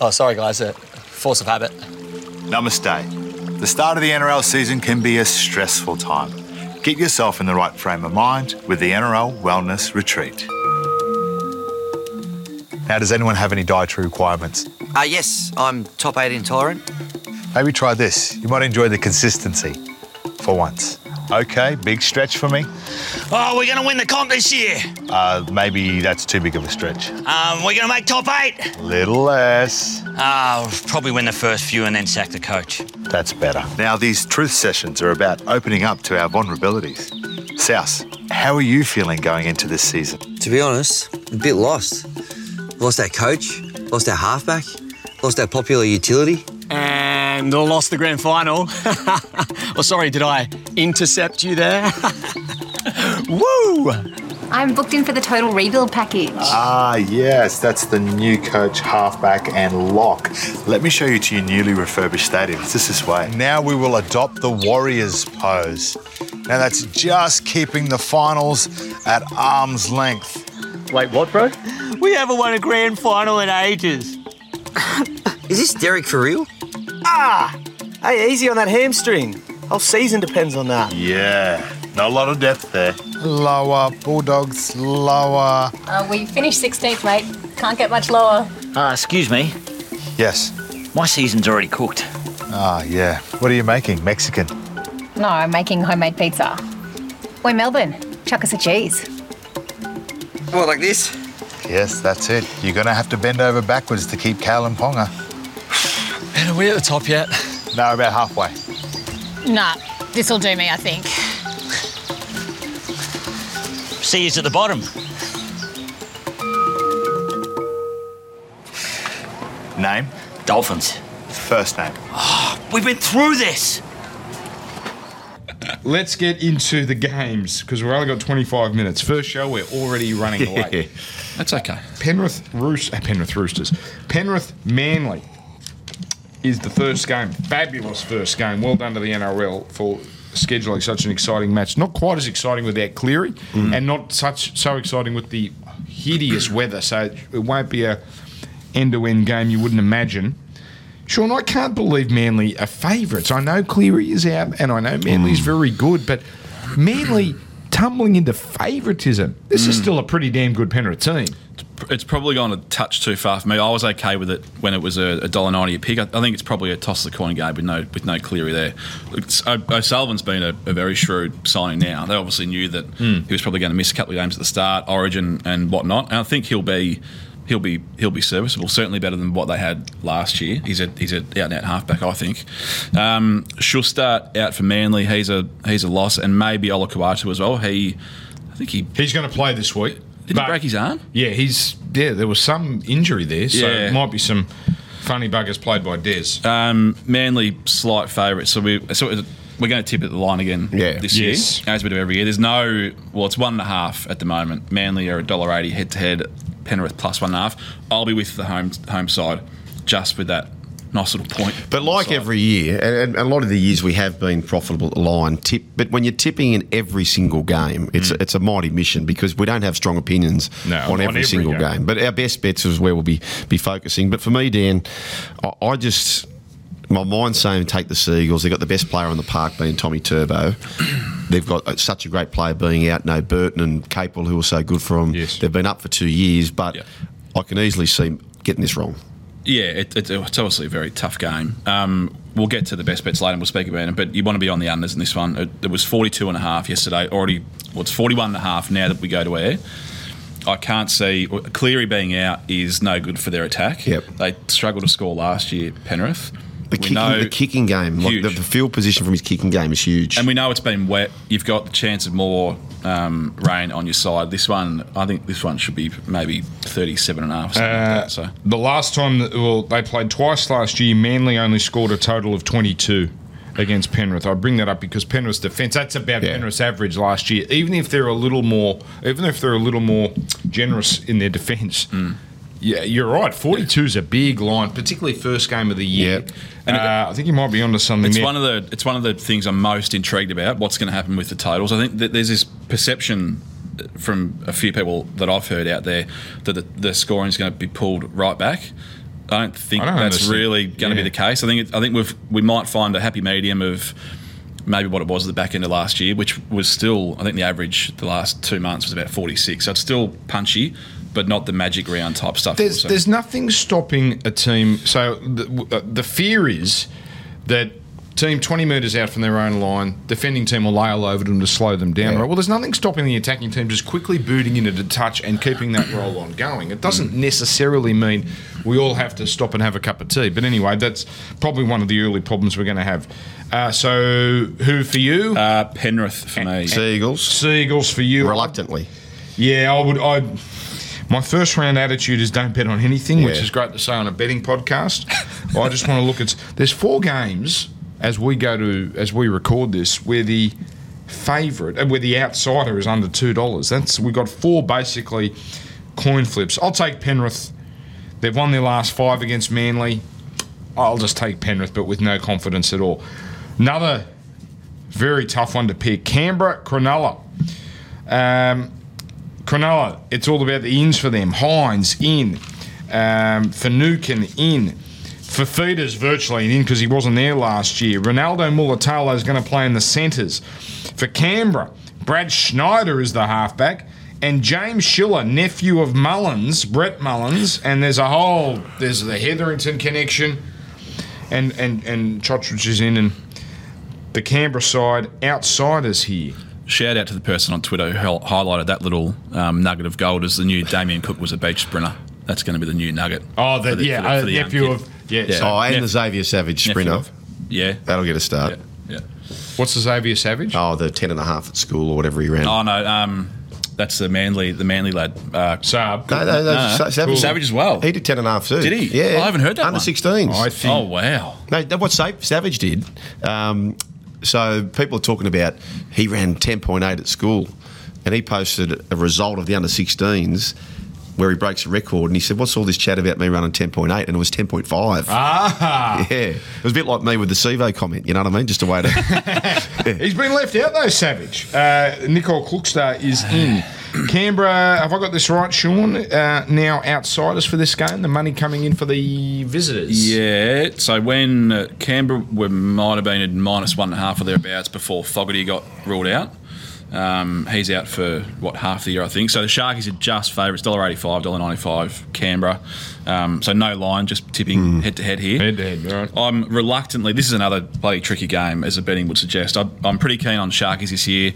E: Oh, sorry, guys. Uh, force of habit.
D: Namaste. The start of the NRL season can be a stressful time. Get yourself in the right frame of mind with the NRL Wellness Retreat. Now, does anyone have any dietary requirements?
F: Uh, yes, I'm top eight intolerant.
D: Maybe try this. You might enjoy the consistency for once. Okay, big stretch for me.
G: Oh, we're going to win the comp this year.
D: Uh, maybe that's too big of a stretch.
G: Um, we're going to make top eight.
D: Little less.
G: Uh, probably win the first few and then sack the coach.
D: That's better. Now, these truth sessions are about opening up to our vulnerabilities. Souse, how are you feeling going into this season?
F: To be honest, a bit lost. Lost our coach, lost our halfback, lost our popular utility.
E: And lost the grand final. oh, sorry, did I intercept you there? Woo!
H: I'm booked in for the total rebuild package.
D: Ah, yes, that's the new coach, halfback, and lock. Let me show you to your newly refurbished stadium. It's just this way. Now we will adopt the Warriors pose. Now that's just keeping the finals at arm's length.
E: Wait, what, bro? We haven't won a grand final in ages.
F: Is this Derek for real?
E: Hey, easy on that hamstring. Whole season depends on that.
D: Yeah, not a lot of depth there. Lower, Bulldogs, lower.
H: Uh, we finished 16th, mate. Can't get much lower.
G: Uh, excuse me.
D: Yes.
G: My season's already cooked.
D: Ah, yeah. What are you making? Mexican.
H: No, I'm making homemade pizza. We're Melbourne. Chuck us a cheese.
F: What, like this?
D: Yes, that's it. You're going to have to bend over backwards to keep Cal and Ponga.
E: Man, are we at the top yet?
D: No, about halfway.
H: Nah, this'll do me, I think.
G: See you at the bottom.
D: Name?
G: Dolphins.
D: First name.
G: We've been through this.
A: Let's get into the games because we've only got 25 minutes. First show, we're already running late.
B: That's okay.
A: Penrith Roos- uh, Penrith Roosters. Penrith Manly is the first game. Fabulous first game. Well done to the NRL for scheduling such an exciting match. Not quite as exciting without Cleary, and not such so exciting with the hideous weather. So it won't be a end-to-end game. You wouldn't imagine. Sean, I can't believe Manly are favourites. I know Cleary is out, and I know Manly's very good, but Manly tumbling into favouritism. This is still a pretty damn good Penrith team.
B: It's probably gone a touch too far for me. I was okay with it when it was a dollar ninety a pick. I, I think it's probably a toss the coin game with no with no Cleary there. It's- O- O'Sullivan's been a, a very shrewd signing now. They obviously knew that he was probably going to miss a couple of games at the start, Origin and whatnot. And I think he'll be he'll be he'll be serviceable. Certainly better than what they had last year. He's a he's a out and out halfback, I think. Um, Schuster out for Manly. He's a he's a loss, and maybe Olakuatu as well. He I think he
A: He's going to play this week.
B: Did
A: But-
B: he break his arm?
A: Yeah, he's yeah. There was some injury there, so
B: Yeah.
A: it might be some funny buggers played by Des.
B: Um, Manly slight favourite, so we so it- we're going to tip at the line again.
C: Yeah.
B: this
A: Yes.
B: year as we do every year. There's no well, it's one and a half at the moment. Manly are a dollar eighty head to head. Penrith plus one and a half. I'll be with the home home side, just with that nice little point.
C: But like
B: Side.
C: every year, and, and a lot of the years we have been profitable at the line tip. But when you're tipping in every single game, it's a, it's a mighty mission because we don't have strong opinions
A: No,
C: on,
A: on
C: every,
A: every
C: single game.
A: game.
C: But our best bets is where we'll be be focusing. But for me, Dan, I, I just my mind's saying take the Seagulls. They've got the best player on the park being Tommy Turbo. They've got uh, such a great player being out. No Burton and Capel, who are so good for them.
A: Yes.
C: They've been up for two years, but
B: Yeah.
C: I can easily see getting this wrong.
B: Yeah, it, it, it's obviously a very tough game. Um, we'll get to the best bets later and we'll speak about it, but you want to be on the unders in this one. It, it was 42 and a half yesterday, already, well, it's 41 and a half now that we go to air. I can't see Cleary being out is no good for their attack.
C: Yep.
B: They struggled to score last year, Penrith.
C: The
B: We
C: kicking,
B: know-
C: the kicking game, like
B: Huge.
C: the, the field position from his kicking game is huge.
B: And we know it's been wet. You've got the chance of more um, rain on your side. This one, I think this one should be maybe 37 and a half. or Something
C: Uh,
B: like that, so.
A: The last time, that, well, they played twice last year. Manly only scored a total of 22 against Penrith. I bring that up because Penrith's defence, that's about
C: Yeah.
A: Penrith's average last year. Even if they're a little more, even if they're a little more generous in their defence.
B: Hmm.
A: Yeah, you're right. 42 is a big line, particularly first game of the year.
C: Yeah.
A: And uh, I think you might be onto something
B: It's
A: there.
B: one of the it's one of the things I'm most intrigued about. What's going to happen with the totals? I think that there's this perception uh, from a few people that I've heard out there that the, the scoring is going to be pulled right back. I don't think
A: I don't
B: that's
A: understand.
B: really going to
A: Yeah.
B: be the case. I think it, I think we've we might find a happy medium of maybe what it was at the back end of last year, which was still I think the average the last two months was about 46. So it's still punchy, but not the magic round type stuff.
A: There's,
B: also.
A: there's nothing stopping a team. So the, uh, the fear is that team 20 metres out from their own line, defending team will lay all over them to slow them down. Right? Well, there's nothing stopping the attacking team just quickly booting in at a touch and keeping that roll on going. It doesn't necessarily mean we all have to stop and have a cup of tea. But anyway, that's probably one of the early problems we're going to have. Uh, so who for you?
B: uh, Penrith for me.
C: Seagulls,
A: Seagulls for you.
C: reluctantly.
A: Yeah, I would. I my first round attitude is don't bet on anything, which
C: Yeah.
A: is great to say on a betting podcast. I just want to look at. There's four games as we go to as we record this where the favourite, uh, where the outsider is under two dollars. That's we've got four basically coin flips. I'll take Penrith. They've won their last five against Manly. I'll just take Penrith, but with no confidence at all. Another very tough one to pick: Canberra, Cronulla. Um, Cronulla, it's all about the ins for them. Hines in, um, Finucane in, Fafita's virtually an in because he wasn't there last year. Ronaldo Mulatalo is going to play in the centres. For Canberra, Brad Schneider is the halfback. And James Schiller, nephew of Mullins, Brett Mullins, and there's a whole there's the Hetherington connection, and and and Chotrich is in, and the Canberra side outsiders here.
B: Shout out to the person on Twitter who hel- highlighted that little um, nugget of gold as the new Damien Cook was a beach sprinter. That's going to be the new nugget.
A: Oh, the,
B: for the-
A: yeah,
B: for the-
A: uh,
B: for the young
A: nephew
B: kid.
A: of yeah.
B: Yeah.
A: so-
C: Oh, and
B: Nep-
C: the Xavier Savage
B: Nephew
C: sprinter.
B: of- Yeah.
C: That'll get a start.
B: yeah, yeah.
A: what's the Xavier Savage?
C: Oh, the 10 and a half at school or whatever he ran.
B: Oh no, um, that's the manly, the manly lad. Uh,
A: Saab.
C: no, no, no, Sa- Savage,
B: Savage as well.
C: He did 10 and a half too.
B: Did he?
C: Yeah.
B: I haven't heard that
C: Under
B: one.
C: 16s.
A: I think.
B: oh wow.
C: No, that- what Sa- Savage did. Um, so people are talking about he ran 10.8 at school, and he posted a result of the under 16s where he breaks a record, and he said, "What's all this chat about me running 10.8?" And it was 10.5.
A: Ah,
C: Yeah, it was a bit like me with the Sevo comment. You know what I mean? Just a way to.
A: he's been left out though, Savage. Uh, Nicole Klukstar is in. Canberra, have I got this right, Sean? Uh, now outsiders for this game, the money coming in for the visitors.
B: Yeah. So when uh, Canberra were, might have been at minus one and a half or thereabouts before Fogarty got ruled out. Um, he's out for what half the year, I think. So the Sharkies are just favourites, dollar eighty-five, dollar ninety-five. Canberra. Um, so no line, just tipping head to head here.
A: Head to head, right.
B: I'm reluctantly. This is another bloody tricky game, as the betting would suggest. I, I'm pretty keen on Sharkies this year.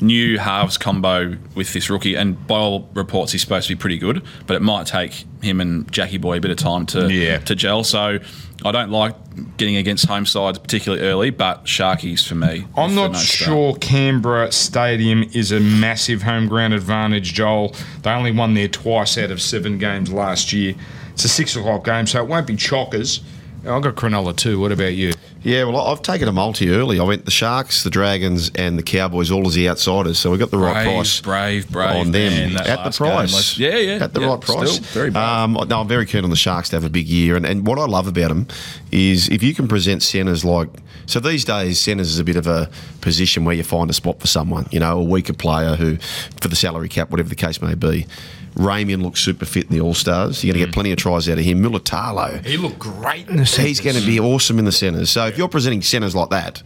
B: new halves combo with this rookie, and by all reports, he's supposed to be pretty good, but it might take him and Jackie Boy a bit of time to
A: Yeah.
B: to gel. So I don't like getting against home sides particularly early, but Sharkies for me.
A: I'm
B: is the
A: not
B: no start.
A: sure Canberra Stadium is a massive home ground advantage, Joel. They only won there twice out of seven games last year. It's a six o'clock game, so it won't be chockers. I've got Cronulla too. What about you?
C: Yeah, well, I- I've taken a multi early. I went the Sharks, the Dragons, and the Cowboys all as the outsiders, so we got the right price.
B: Brave, brave, brave
C: on them
B: man, that
C: at the
B: last game.
C: price.
B: Yeah, yeah,
C: at the
B: yeah,
C: right price.
B: still very brave.
C: um, no, I'm very keen on the Sharks to have a big year, and, and what I love about them is if you can present centres like so these days, centres is a bit of a position where you find a spot for someone, you know, a weaker player who for the salary cap, whatever the case may be. Ramian looks super fit in the All Stars. You're going
B: Mm.
C: to get plenty of tries out of him. Militalo,
A: He looked great in the
C: he's going to be awesome in the centres. So if you're presenting centres like that,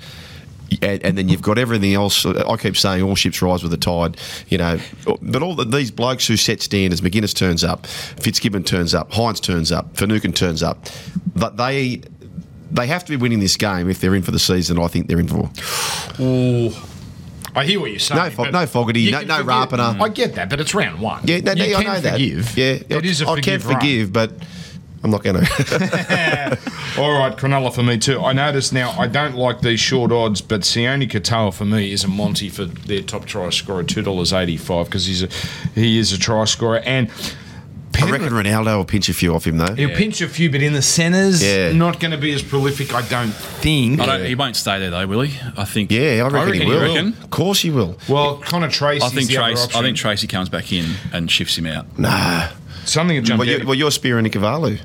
C: and, and then you've got everything else. I keep saying all ships rise with the tide, you know. But all the, these blokes who set standards, McGuinness turns up, Fitzgibbon turns up, Hines turns up, Fanukin turns up. But they they have to be winning this game if they're in for the season. I think they're in for.
A: I hear what you're saying.
C: No Fo-
A: but
C: no Fogarty,
A: you
C: no-
A: can
C: no
A: forgive-
C: Rapana.
A: I get that, but it's round one.
C: Yeah, no, no,
A: You
C: I
A: can
C: know that.
A: Forgive.
C: Yeah,
A: it is. A
C: I can
A: forgive right.
C: forgive, but I'm not going to.
A: All right, Cronulla for me too. I notice now I don't like these short odds, but Sione Katoa for me is a Monty for their top try scorer, two dollars eighty five, because he's a he is a try scorer and
C: I reckon Ronaldo will pinch a few off him though.
A: he'll pinch a few, but in the centres,
C: Yeah.
A: not going to be as prolific, I don't e- think.
B: I don't, he won't stay there though, will he? I think.
C: Yeah, I reckon,
B: reckon
C: he
B: you
C: will.
B: reckon?
C: Of course he will.
A: well, Connor Tracy.
B: I think
A: the other
B: Trace. I
A: option.
B: think Tracy comes back in and shifts him out
C: Nah.
A: something that jumped
C: Well, Mm, you,
A: out-
C: well you're spearing Nikavalu.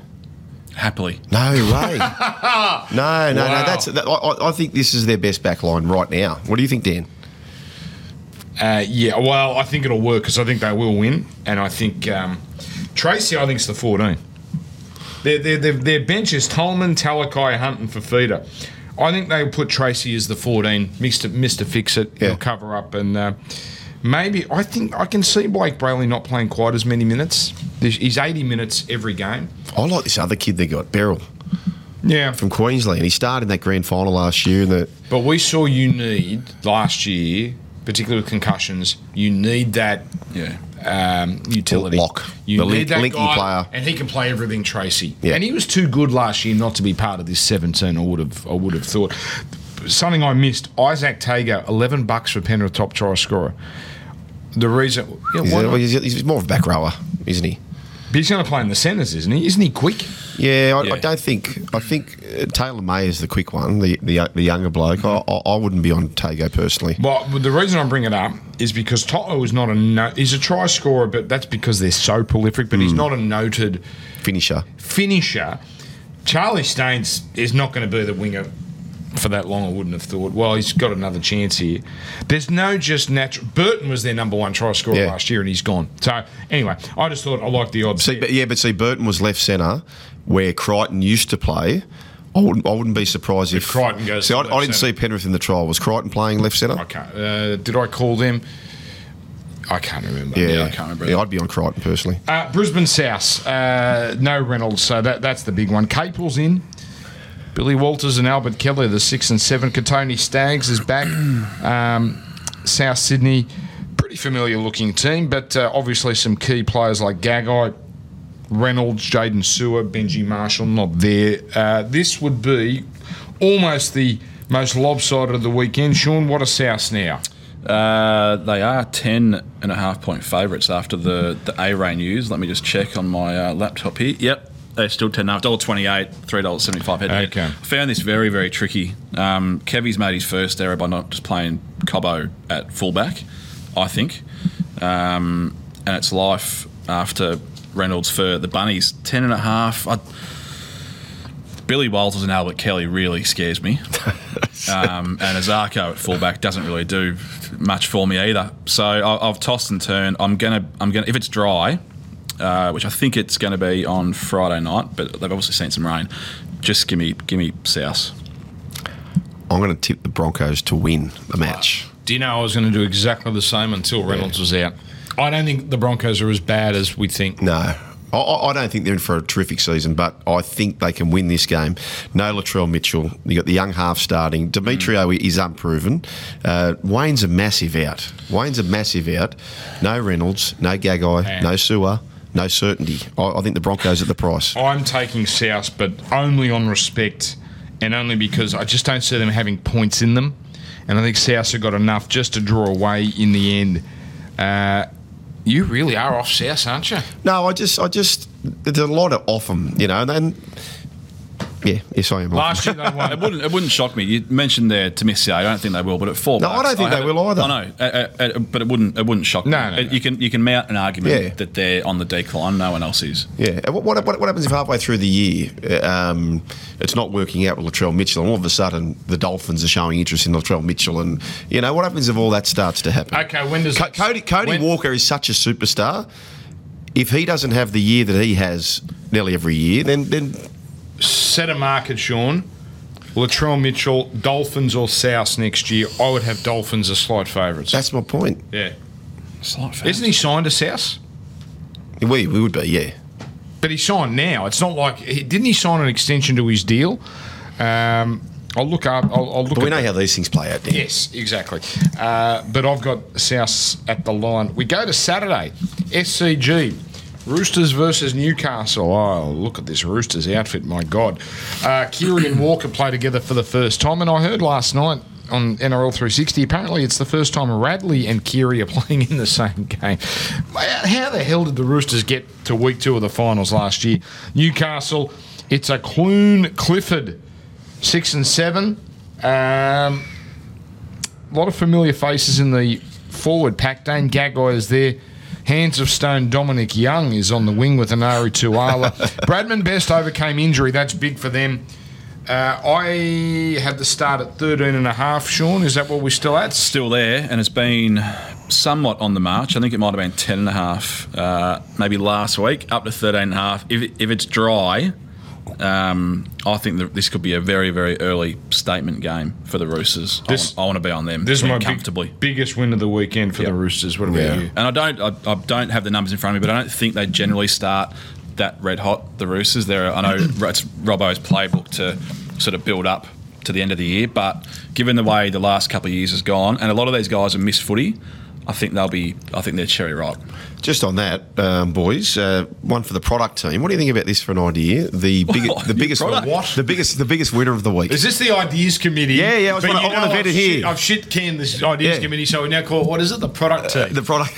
B: happily.
C: No way. no, no, no.
A: Wow.
C: That's. That, I- I, I think this is their best back line right now. What do you think, Dan?
A: Uh, yeah, well, I think it'll work because I think they will win, and I think um, Tracy, I think it's the fourteen. Their, their, their, their bench is Tolman, Talakai, Hunt, and Fafita. I think they'll put Tracy as the fourteen, Mister Mister Fix It.
C: Yeah.
A: He'll cover up, and uh, maybe I think I can see Blake Brayley not playing quite as many minutes. There's- He's eighty minutes every game.
C: I like this other kid they got, Beryl
A: Yeah,
C: from Queensland. He started in that grand final last year. In the
A: But we saw you need last year, particularly with concussions, you need that
B: Yeah.
A: um, utility.
C: Lock.
A: You
C: The
A: need
C: link-
A: that
C: linky
A: guy,
C: player.
A: and he can play everything, Tracy.
C: Yeah.
A: And he was too good last year not to be part of this 17. I would have, I would have thought. Something I missed: Isaac Tago, 11 bucks for Penrith top try scorer. The reason, yeah,
C: he's,
A: why not?
C: well, he's, he's more of a back rower, isn't he?
A: But he's going to play in the centres, isn't he? Isn't he quick?
C: Yeah, I,
B: Yeah.
C: I don't think. I think uh, Taylor May is the quick one, the uh, the, the younger bloke. I, I, I wouldn't be on Tago personally.
A: Well, the reason I bring it up is because Toto is not a no, he's a try scorer, but that's because they're so prolific. But he's
C: Hmm.
A: not a noted
C: Finisher.
A: finisher. Charlie Staines is not going to be the winger for that long. I wouldn't have thought. Well, he's got another chance here. There's no just natural. Burton was their number one try scorer
C: Yeah.
A: last year, and he's gone. So anyway, I just thought I liked the odds.
C: See, but yeah, but see, Burton was left centre where Crichton used to play. I wouldn't, I wouldn't be surprised if,
A: Crichton goes
C: See,
A: to
C: I,
A: left
C: I didn't
A: centre.
C: see Penrith in the trial. Was Crichton playing left centre?
A: okay, uh, did I call them? I can't remember.
C: Yeah,
B: I can't remember
C: Yeah,
B: that.
C: I'd be on Crichton personally.
A: Uh, Brisbane South, uh, no Reynolds, so that, that's the big one. Capel's in. Billy Walters and Albert Kelly, the six and seven. Katoni Staggs is back. Um, South Sydney, pretty familiar looking team, but uh, obviously some key players like Gagai, Reynolds, Jaden Sewer, Benji Marshall, not there. Uh, this would be almost the most lopsided of the weekend. Sean, what a South now.
B: Uh, they are 10 and a half point favourites after the, the A Ray news. Let me just check on my uh, laptop here. Yep. They're still ten half dollar twenty eight, three dollars seventy five head. to head.
A: Okay.
B: I found this very, very tricky. Um, Kevy's made his first error by not just playing Cobo at fullback, I think. Um, and it's life after Reynolds for the bunnies. Ten and a half. I, Billy Walters and Albert Kelly really scares me. um, and Azarko at fullback doesn't really do much for me either. So I, I've tossed and turned. I'm gonna, I'm gonna. If it's dry, uh, which I think it's going to be on Friday night, but they've obviously seen some rain. Just give me, give me South.
C: I'm going to tip the Broncos to win the match.
A: Do you know I was going to do exactly the same until Reynolds was out? I don't think the Broncos are as bad as we think.
C: No, I, I I don't think they're in for a terrific season, but I think they can win this game. No Latrell Mitchell. You got the young half starting. Demetrio is unproven. Uh, Wayne's a massive out. Wayne's a massive out. No Reynolds. No Gagai. No Sewer. No certainty. I, I think the Broncos at the price.
A: I'm taking South, but only on respect and only because I just don't see them having points in them. And I think South have got enough just to draw away in the end. Uh, you really are off South, aren't you?
C: No, I just, I just, there's a lot of off them, you know, and then, yeah, yes, I am. off 'em.
A: Last year they
B: It
A: won.
B: wouldn't, it wouldn't shock me. You mentioned there Tomisia. I don't think they will, but at four.
C: No, I
B: bucks,
C: don't think they
B: had
C: will
B: it-
C: either.
B: I know, uh, uh, uh, but it wouldn't. It wouldn't shock
A: No,
B: me.
A: no,
B: It-
A: no.
B: You can you can mount an argument
C: Yeah.
B: that they're on the decline. No one else is.
C: Yeah. And What, what, what what happens if halfway through the year uh, um, it's not working out with Latrell Mitchell, and all of a sudden the Dolphins are showing interest in Latrell Mitchell, and you know what happens if all that starts to happen?
A: Okay, when does
C: Co- Cody Cody
A: when-
C: Walker is such a superstar. If he doesn't have the year that he has nearly every year, then then
A: set a market, Sean. Latrell Mitchell, Dolphins or South next year. I would have Dolphins as slight favourites.
C: that's my point.
A: yeah.
B: Slight favour.
A: Isn't he signed to South?
C: We we would be yeah.
A: But he signed now. It's not like he, didn't he sign an extension to his deal? Um, I'll look up. I'll, I'll look.
C: But we
A: at
C: know
A: the-
C: how these things play out. Dan.
A: Yes, exactly. Uh, but I've got South at the line. We go to Saturday, SCG. Roosters versus Newcastle. Oh, look at this Roosters outfit, my God. Uh, Keary and Walker play together for the first time, and I heard last night on NRL 360, apparently it's the first time Radley and Keary are playing in the same game. How the hell did the Roosters get to week two of the finals last year? Newcastle, it's a Clune Clifford, six and seven. Um, a lot of familiar faces in the forward pack. Dane Gagai is there. Hands of Stone Dominic Young is on the wing with Anari Tuala. Bradman Best overcame injury. That's big for them. Uh, I had the start at 13 and a half, Sean. Is that what we're still at?
B: still there and it's been somewhat on the march. I think it might have been 10 and a half, uh, maybe last week, up to 13 and a half. If, if it's dry, um, I think that this could be a very, very early statement game for the Roosters.
A: This-
B: I, want, I want to be on them
A: This is my big-
B: comfortably.
A: biggest win of the weekend for the Roosters. What about you?
B: And I don't, I, I don't have the numbers in front of me, but I don't think they generally start that red hot. The Roosters, there, I know it's Robbo's playbook to sort of build up to the end of the year, but given the way the last couple of years has gone, and a lot of these guys have missed footy, I think they'll be, I think they're cherry ripe.
C: Just on that, um, boys, uh, one for the product team. What do you think about this for an idea? The big,
B: What?
C: the biggest,
B: Product?
A: What?
C: the biggest, the biggest winner of the week.
A: Oh, Is this the ideas committee?
C: Yeah, yeah, I was
A: But
C: gonna-
A: you
C: I wanna
A: know
C: vet
A: I've
C: it here.
A: shit- I've shit canned this ideas
C: Yeah. Uh,
A: committee, so we now call it, what is it? The product team.
C: the product.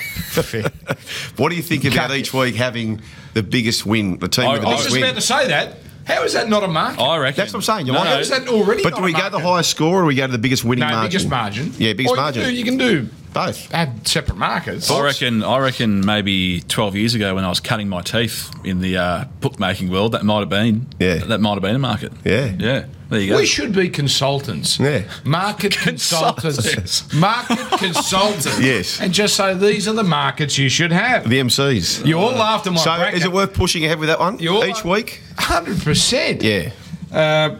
C: what do you think about each week having the biggest win, the team
B: I-
C: with the
B: I
A: I was
C: biggest
A: just about
C: win?
A: to say that. How is that not a market?
B: I reckon.
C: That's what I'm saying. You like
A: How
C: it?
A: is that already?
C: But
A: not
C: do
A: a
C: we go the
A: market?
C: highest score, or we go to the biggest winning
A: No,
C: margin?
A: biggest margin.
C: Yeah, biggest
A: Or
C: margin.
A: You can, do, you can do
C: Both.
A: have separate markets.
B: I reckon. I reckon maybe 12 years ago when I was cutting my teeth in the uh, bookmaking world, that might have been.
C: Yeah.
B: That might have been a market.
C: Yeah.
B: Yeah. There you go.
A: We should be consultants.
C: Yeah.
A: Market consultants. market consultants.
C: Yes.
A: And just say these are the markets you should have.
C: The MCs.
A: You all laughed at my
C: so
A: bracket.
C: is it worth pushing ahead with that one
A: You all
C: each
A: like-
C: week?
A: 100%.
C: Yeah.
A: Uh,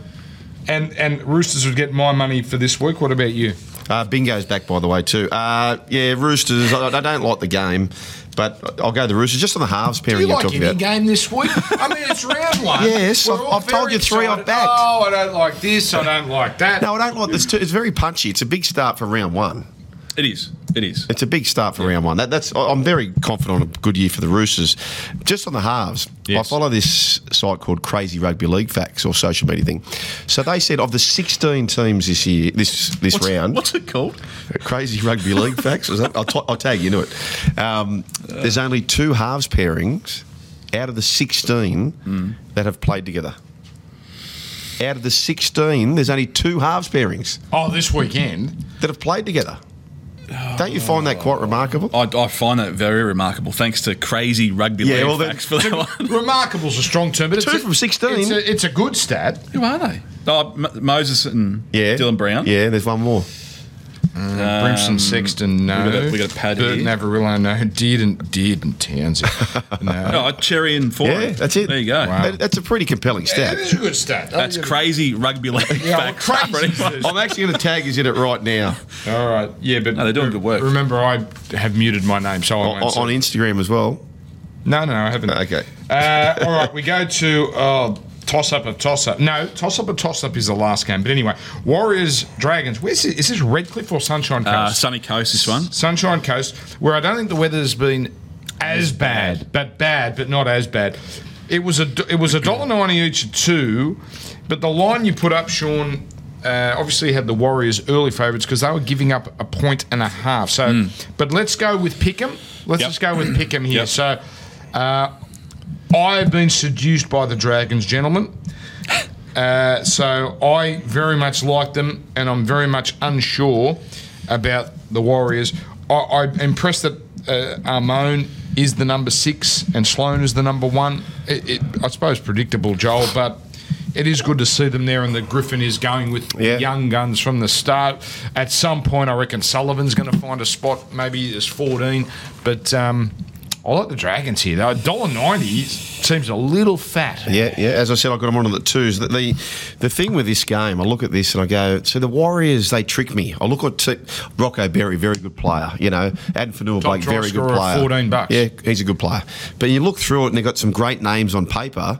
A: and, and Roosters would get my money for this week. What about you?
C: Uh, Bingo's back, by the way, too. Uh, yeah, Roosters. I, I don't like the game, but I'll go the Roosters just on the halves
A: Do
C: pairing
A: you
C: are
A: like
C: talking
A: any
C: about.
A: game this week? I mean, it's round one.
C: Yes,
A: We're
C: I've-
A: all
C: I've told
A: very
C: you three I've
A: excited.
C: backed.
A: Oh, I don't like this. I don't like that.
C: No, I don't like this. Too. It's very punchy. It's a big start for round one.
B: It is. It is.
C: It's a big start for round one. That, that's I- I'm very confident on a good year for the Roosters. Just on the halves,
A: Yes.
C: I follow this site called Crazy Rugby League Facts or social media thing. So they said of the 16 teams this year, this this
B: What's-
C: round,
B: What's it called?
C: Crazy Rugby League Facts. Is that, I'll, t- I'll tag you into it. Um, there's only two halves pairings out of the 16
B: Hmm.
C: that have played together. Out of the 16, there's only two halves pairings
A: Oh, this weekend.
C: that have played together. Don't you find that quite remarkable?
B: I, I find that very remarkable. Thanks to crazy rugby
C: Yeah,
B: league
C: well, that-
B: facts for that one.
A: Remarkable's a strong term, but it's
C: Two
A: a-
C: from 16.
A: It's a, it's a good stat.
B: Who are they? Oh, M- Moses and
C: Yeah.
B: Dylan Brown.
C: Yeah, there's one more.
A: Brimson, Sexton, no.
B: Uh, we got a- we got a pad
A: Burton,
B: here.
A: Avarillo, no. Deed and Deed and Townsend, no.
B: Oh, Cherry and Four.
C: Yeah, that's it.
B: There you go.
A: Wow.
C: That- that's a pretty compelling stat.
A: That is a good stat.
B: That's crazy rugby league
A: Yeah, well,
B: facts.
A: crazy.
C: I'm actually going to tag you in it right now
A: All right. Yeah, but
B: No, they're doing good work.
A: Remember, I have muted my name, so I
C: on,
A: won't say-
C: on Instagram as well.
A: No, no, I haven't.
C: Okay.
A: Uh, all right, we go to oh, toss up a toss up. No, toss up a toss up is the last game. But anyway, Warriors Dragons. Where's this? Is this Redcliffe or Sunshine Coast?
B: Uh, Sunny Coast, this one.
A: Sunshine Coast, where I don't think the weather's been as bad, but bad, but not as bad. It was a it was a dollar ninety each at two, but the line you put up, Sean. Uh, obviously had the Warriors early favourites because they were giving up a point and a half. So, but let's go with Pickham. Let's
B: Hmm. Yep.
A: just go with Pickham here.
B: Yep.
A: So, uh, I have been seduced by the Dragons, gentlemen. Uh, so I very much like them, and I'm very much unsure about the Warriors. I, I'm impressed that uh, Armone is the number six and Sloan is the number one. It, it, I suppose predictable, Joel, but it is good to see them there, and the Griffin is going with
C: Yeah.
A: young guns from the start. At some point, I reckon Sullivan's going to find a spot, maybe as 14, but. Um, I like the Dragons here, though. $1.90 seems a little fat.
C: Yeah, yeah. As I said, I got them on the twos. The, the the thing with this game, I look at this and I go, so the Warriors they trick me. I look at t- Rocco Berry, very good player. You know, Adam Fanua
A: Top
C: Blake,
A: try
C: very good
A: scorer at
C: player.
A: 14 bucks.
C: Yeah, he's a good player. But you look through it and they've got some great names on paper.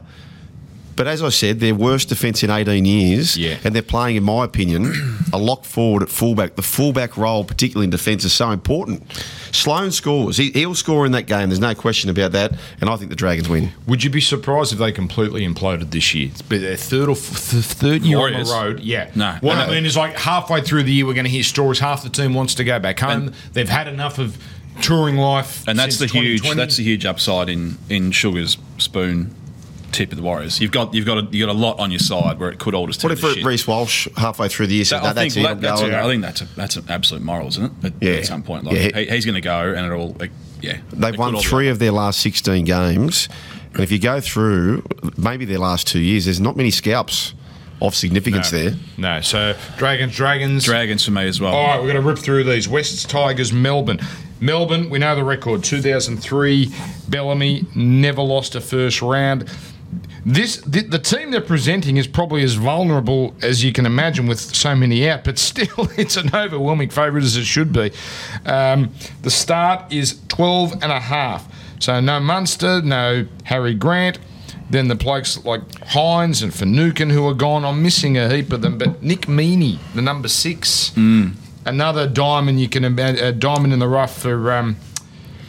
C: But as I said, their worst defence in 18 years,
A: Yeah.
C: and they're playing, in my opinion, a lock forward at fullback. The fullback role, particularly in defence, is so important. Sloan scores. He, he'll score in that game. There's no question about that. And I think the Dragons win.
A: Would you be surprised if they completely imploded this year? It's been their third or f- th- third year
B: Warriors.
A: on the road. Yeah.
B: No.
A: What
B: No.
A: I mean is like halfway through the year, we're going to hear stories. Half the team wants to go back home. They've had enough of touring life.
B: and that's the
A: since
B: huge
A: 2020.
B: that's the huge upside in in Sugar's spoon tip of the Warriors. You've got you've got a, you got a lot on your side where it could all just turn
C: What
B: to
C: if Re-
B: shit.
C: Reece Walsh halfway through the year said,
B: That-
C: no,
B: I think
C: that's it, I'm
B: that- that's
C: going."
B: a, I think that's a, that's an absolute moral, isn't it? At,
C: Yeah.
B: at some point, like
C: Yeah.
B: he, he's going to go, and it'll like, yeah. it
C: They've
B: could
C: won
B: all be
C: three
B: like-
C: of their last 16 games. And if you go through maybe their last two years, there's not many scalps of significance there.
A: No. So dragons, dragons.
B: dragons for me as well.
A: All right, we're going to rip through these. Wests Tigers, Melbourne. Melbourne, we know the record 2003. Bellamy never lost a first round. This the, the team they're presenting is probably as vulnerable as you can imagine with so many out, but still it's an overwhelming favourite as it should be. Um, the start is 12 and a half. So no Munster, no Harry Grant. Then the blokes like Hines and Finucane who are gone. I'm missing a heap of them, but Nick Meaney, the number six, another diamond you can imagine, a diamond in the rough for um,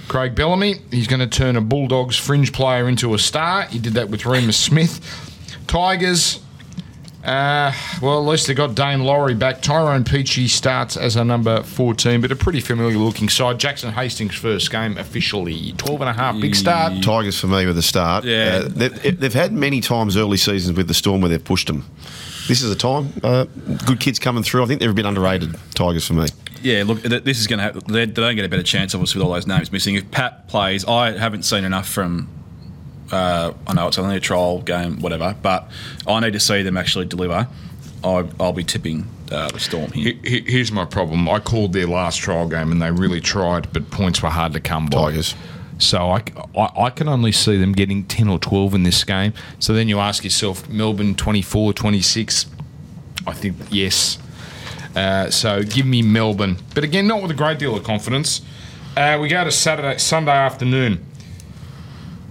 A: Craig Bellamy. He's going to turn a Bulldogs fringe player into a star. He did that with Remus Smith. Tigers. Uh, well, at least they got Dane Laurie back. Tyrone Peachy starts as a number 14, but a pretty familiar looking side. Jackson Hastings' first game officially. 12 and a half, big start.
C: Tigers for me with a start.
B: Mm. Yeah.
C: Uh, they've, they've had many times early seasons with the Storm where they've pushed them. This is a time. Uh, good kids coming through. I think they've been underrated, Tigers for me.
B: Yeah, look, th- this is going to happen. They they don't get a better chance, obviously, with all those names missing. If Pat plays, I haven't seen enough from. Uh, I know it's only a trial game, whatever, but I need to see them actually deliver. I, I'll be tipping uh, the Storm here.
A: He- he- Here's my problem. I called their last trial game and they really tried, but points were hard to come by.
C: Tigers.
A: So I, I, I can only see them getting 10 or 12 in this game. So then you ask yourself, Melbourne 24, 26. I think yes. Uh, so give me Melbourne. But again, not with a great deal of confidence. Uh, we go to Saturday, Sunday afternoon.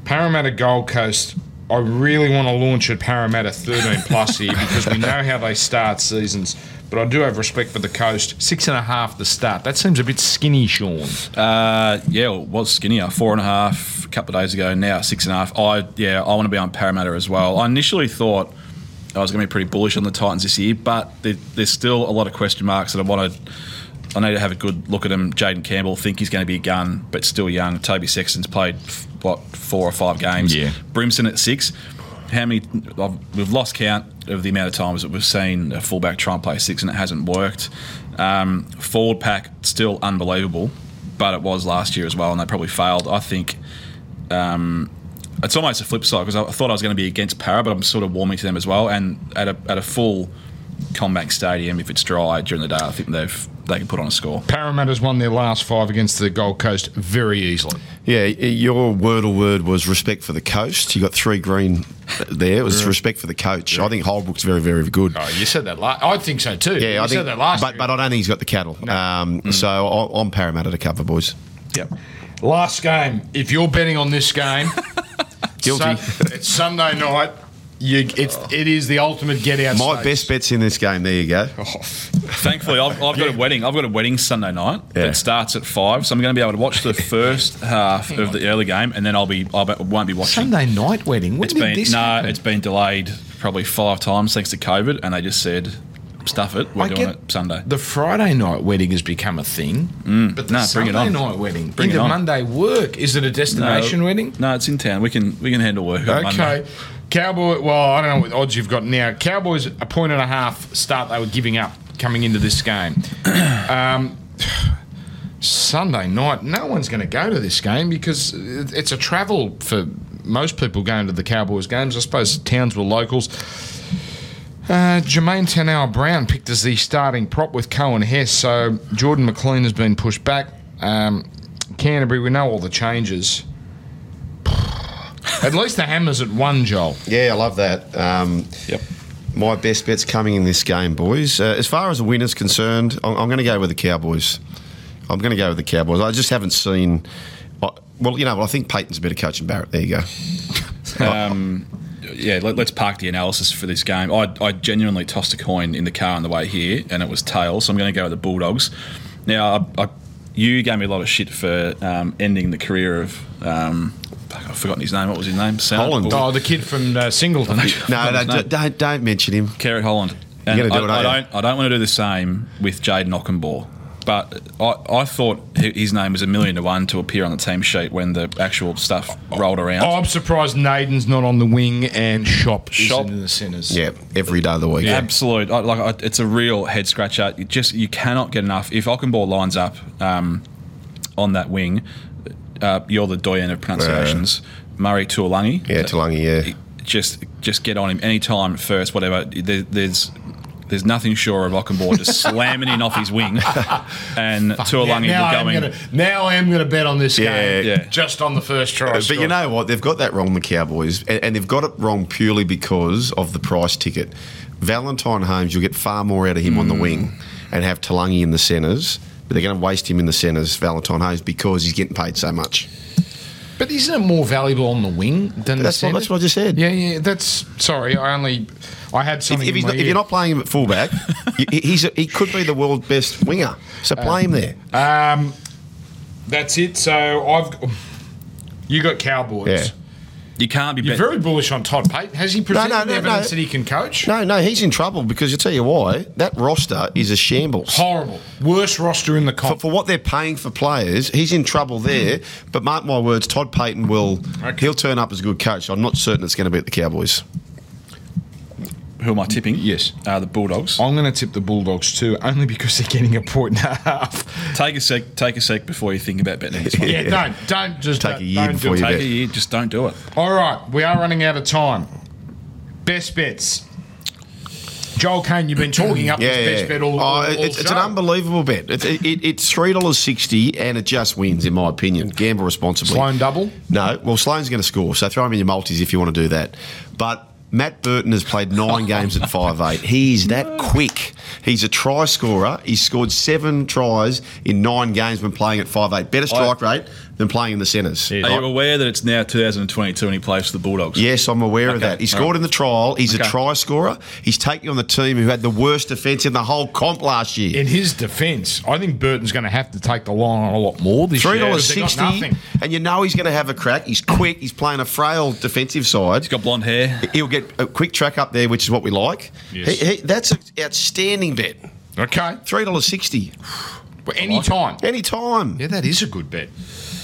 A: Parramatta Gold Coast. I really want to launch at Parramatta 13 plus here because we know how they start seasons. But I do have respect for the coast. Six and a half the start. That seems a bit skinny, Sean.
B: Uh, yeah, well, it was skinnier. Four and a half a couple of days ago. Now six and a half. I yeah, I want to be on Parramatta as well. I initially thought I was going to be pretty bullish on the Titans this year, but there, there's still a lot of question marks that I want to. I need to have a good look at him. Jaden Campbell, think he's going to be a gun, but still young. Toby Sexton's played f- what four or five games.
A: Yeah.
B: Brimson at six. How many? I've, we've lost count of the amount of times that we've seen a fullback try and play six, and it hasn't worked. Um, forward pack still unbelievable, but it was last year as well, and they probably failed. I think it's almost a flip side because I I thought I was going to be against Para, but I'm sort of warming to them as well. And at a, at a full Combank Stadium, if it's dry during the day, I think they've they can put on a score.
A: Parramatta's won their last five against the Gold Coast very easily.
C: Yeah, y- your word or word was respect for the coast. You got three green there. It was respect for the coach. I think Holbrook's very, very good.
A: Oh, you said that last. I think so too.
C: Yeah,
A: you
C: I
A: said
C: think,
A: that last.
C: but, but I don't think he's got the cattle. Um, So I, I'm Parramatta to cover, boys.
B: Yep.
A: Last game. If you're betting on this game,
C: Guilty.
A: Sun- it's Sunday night. You, it's it is the ultimate get out.
C: My best bet's in this game. There you go.
A: Oh.
B: Thankfully, I've, I've got a wedding. I've got a wedding Sunday night.
C: Yeah.
B: It starts at five, so I'm going to be able to watch the first half of the early game, and then I'll be I won't be watching.
A: night wedding. When
B: It's been no, it's been delayed probably five times thanks to COVID, and they just said, "Stuff it, we're
A: I
B: doing
A: get-
B: it Sunday."
A: The Friday night wedding has become a thing, but the
B: No, bring
A: Sunday
B: it on.
A: night wedding
B: Bring it
A: into
B: on.
A: Monday work is it a destination wedding?
B: No, it's in town. We can we can handle work. on Monday.
A: Okay. Cowboy, well, I don't know what odds you've got now. Cowboys, a point and a half start they were giving up coming into this game. um, Sunday night, no one's going to go to this game because it- it's a travel for most people going to the Cowboys games. I suppose towns were locals. Uh, Jermaine Tanoa Brown picked as the starting prop with Cohen Hess, so Jordan McLean has been pushed back. Um, Canterbury, we know all the changes. At least the hammer's at one, Joel.
C: Yeah, I love that. Um,
B: Yep.
C: My best bet's coming in this game, boys. Uh, as far as the winner's concerned, I'm, I'm going to go with the Cowboys. I'm going to go with the Cowboys. I just haven't seen. I, well, you know, I think Peyton's a better coach than Barrett. There you go.
B: yeah, let, us park the analysis for this game. I, I genuinely tossed a coin in the car on the way here, and it was tails. So I'm going to go with the Bulldogs. Now, I, I, you gave me a lot of shit for um, ending the career of. Um, fuck, I've forgotten his name. What was his name? Sound-
C: Holland.
B: Bull-
A: Oh, the kid from uh, Singleton.
C: No, no,
B: no.
C: d- don't don't mention him.
B: Kerry Holland. And
C: You're gonna do it,
B: I, I
C: aren't you?
B: don't. I don't want to do the same with Jade Knockenbaugh. But I, I thought hi- his name was a million to one to appear on the team sheet when the actual stuff rolled around.
A: Oh, I'm surprised Naden's not on the wing and Shop,
B: Shop.
A: is in the centres.
C: Yeah, every day of the week.
B: Absolute, I, like I, it's a real head scratcher. You just you cannot get enough. If Ockenball lines up um, on that wing, uh, you're the doyen of pronunciations. Murray Tuolangi,
C: Yeah, Tulangi, yeah.
B: just just get on him anytime first, whatever. There, there's there's nothing sure of Ockenball just slamming in off his wing, and
A: Now,
B: Tuolangi
A: now, I'm
B: going.
A: gonna, now I am going to bet on this
C: Yeah.
A: game
B: Yeah.
A: just on the first try.
C: But
A: score.
C: you know what? They've got that wrong, the Cowboys, and, and they've got it wrong purely because of the price ticket. Valentine Holmes, you'll get far more out of him on the
A: Hmm.
C: wing and have Talangi in the centres, but they're going to waste him in the centres, Valentine Holmes, because he's getting paid so much.
A: but isn't it more valuable on the wing than
C: That's
A: the
C: what, that's what I just said.
A: Yeah, yeah. That's sorry. I only I had
C: If,
A: something.
C: if,
A: in
C: he's
A: my
C: not, if
A: ear.
C: you're not playing him at fullback, you- he- he's a, he could be the world's best winger. So
A: Uh,
C: play him there.
A: Um, that's it. So I've you got Cowboys.
C: Yeah.
B: You can't be.
A: You're
B: bet-
A: very bullish on Todd Pate. Has he presented
C: no, no,
A: evidence
C: no.
A: that he can coach?
C: No, no, he's in trouble because you tell you why. That roster is a shambles.
A: Horrible. Worst roster in the
C: for,
A: comp.
C: for what they're paying for players, he's in trouble there. But mark my words, Todd Payton will
A: Okay.
C: he'll turn up as a good coach. I'm not certain it's going to be at the Cowboys.
B: who am I tipping?
A: Yes.
B: uh, the Bulldogs.
A: I'm going to tip the Bulldogs too, only because they're getting a point and a half.
B: Take a sec. Take a sec before you think about betting. This one.
A: Yeah, don't, don't just
C: Take
A: don't,
C: a year
A: don't
C: before
A: do
C: you
A: it.
B: Take
C: bet.
B: a year. Just don't do it.
A: All right, we are running out of time. Best bets. Joel Kane, you've been talking up this best bet all,
C: Oh,
A: all, all
C: it's, it's
A: show.
C: an unbelievable bet. It's, it, it, it's three dollars sixty, and it just wins, in my opinion. Gamble responsibly.
A: Sloan double?
C: No, well, Sloan's going to score, so throw him in your multis if you want to do that. But Matt Burton has played nine games at five eight. He's that quick. He's a try scorer. He's scored seven tries in nine games when playing at five eight. Better strike rate than playing in the centres.
B: Are you aware that it's now 2022 and he plays for the Bulldogs?
C: Yes, I'm aware of
B: Okay,
C: that. He
B: all
C: scored
B: right.
C: in the trial. He's a
B: Okay.
C: try scorer. He's taking on the team who had the worst defence in the whole comp last year.
A: In his defence, I think Burton's going to have to take the line on a lot more this
C: Three
A: year.
C: dollars
A: because they've got
C: sixty,
A: nothing.
C: and you know he's going to have a crack. He's quick. He's playing a frail defensive side.
B: He's got blonde hair.
C: He'll get a quick track up there, which is what we like.
A: Yes.
C: He, he, that's an outstanding bet.
A: Okay,
C: Three dollars sixty.
A: well, any time.
C: Any time.
A: Yeah, that is a good bet.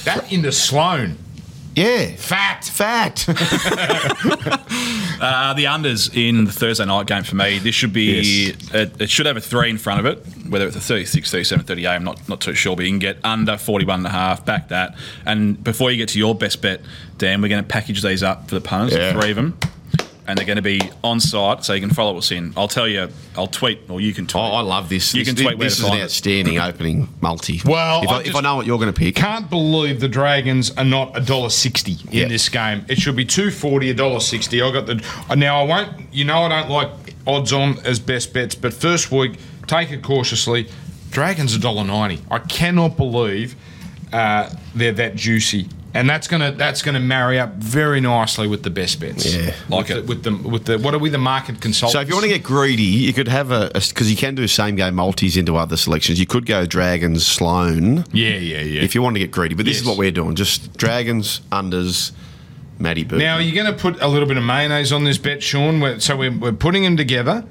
A: That into Sloan.
C: Yeah.
A: Fact.
C: Fact.
B: Uh, the unders in the Thursday night game for me. This should be. It, it should have a three in front of it. Whether it's a 36, 37, 38, I'm not not too sure. But you can get under 41 and a half. Back that. And before you get to your best bet, Dan, we're going to package these up for the punters.
C: Yeah.
B: Three of them. And they're going to be on site, so you can follow us in. I'll tell you. I'll tweet, or you can tweet.
C: Oh, I love this.
B: You
C: this,
B: can tweet where
C: This,
B: to
C: is an
B: find it.
C: outstanding opening multi.
A: Well,
C: if I,
A: I
C: if
A: just-
C: I know what you're going to pick,
A: Can't believe the Dragons are not a dollar sixty
C: Yeah.
A: in this game. It should be two forty, a dollar sixty. I got the now. I won't. You know, I don't like odds on as best bets, but first week, take it cautiously. Dragons a dollar ninety. I cannot believe uh, they're that juicy. And that's gonna that's gonna marry up very nicely with the best bets.
C: Yeah.
B: Like
A: with
B: it.
A: The, with the with the what are we the market consultants?
C: So if you want to get greedy, you could have a because you can do same game multis into other selections. You could go dragons, Sloan.
A: yeah yeah yeah.
C: If you want to get greedy, but this is
A: Yes.
C: what we're doing: just dragons, unders, Matty Bird.
A: Now, are you going to put a little bit of mayonnaise on this bet, Sean? We're, so we're, we're putting them together.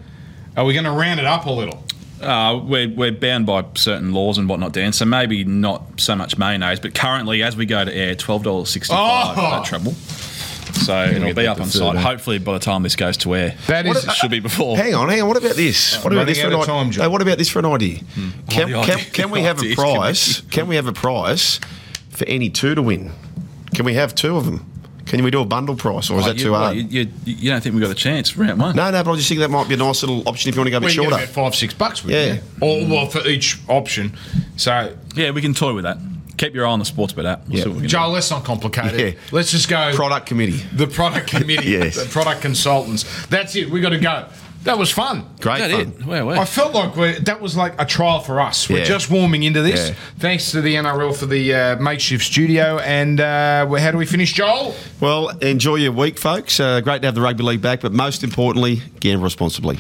A: Are we going to round it up a little?
B: Uh, we're, we're bound by certain laws and whatnot, Dan. So maybe not so much mayonnaise, but currently, as we go to air, twelve dollars sixty-five
A: Oh!
B: for that treble. So it'll
C: get
B: be
C: that
B: up on
C: deferred,
B: site.
C: eh?
B: Hopefully, by the time this goes to air,
A: That
B: What
A: is-
B: if- it should be before.
C: Hang on, hang on. What about this? What about
A: Oh, running
C: this for
A: out
C: an
A: of
C: idea?
A: time, John. Hmm.
C: Hey, what about this for an idea? Can,
B: Oh, the
C: can,
B: idea-
C: can we have a
B: ideas
C: price? Can we have a price for any two to win? Can we have two of them? Can we do a bundle price,
A: Oh,
C: or is
B: Like,
C: that
B: you-
C: too
B: like,
C: hard?
B: You, you, you don't think we've got a chance round one?
C: no, no. But I just think that might be a nice little option if you want to go a bit
A: We get
C: shorter.
A: about five, six bucks.
C: Yeah.
A: Yeah. Or well, for each option. So,
B: Yeah, we can toy with that. Keep your eye on the sports bet app. We'll
C: Yeah.
B: see what we can do.
A: Joel, let's not complicate it.
C: Yeah.
A: Let's just go
C: Product committee.
A: the product committee,
C: Yes.
A: the product consultants. That's it. We got to go. That was fun.
C: Great
B: Is that
C: fun.
B: it? Wow, wow.
A: I felt like we're, that was like a trial for us. We're
C: Yeah.
A: just warming into this.
C: Yeah.
A: Thanks to the NRL for the uh, makeshift studio. And uh, well, how do we finish, Joel?
C: Well, enjoy your week, folks. Uh, great to have the rugby league back, but most importantly, gamble responsibly.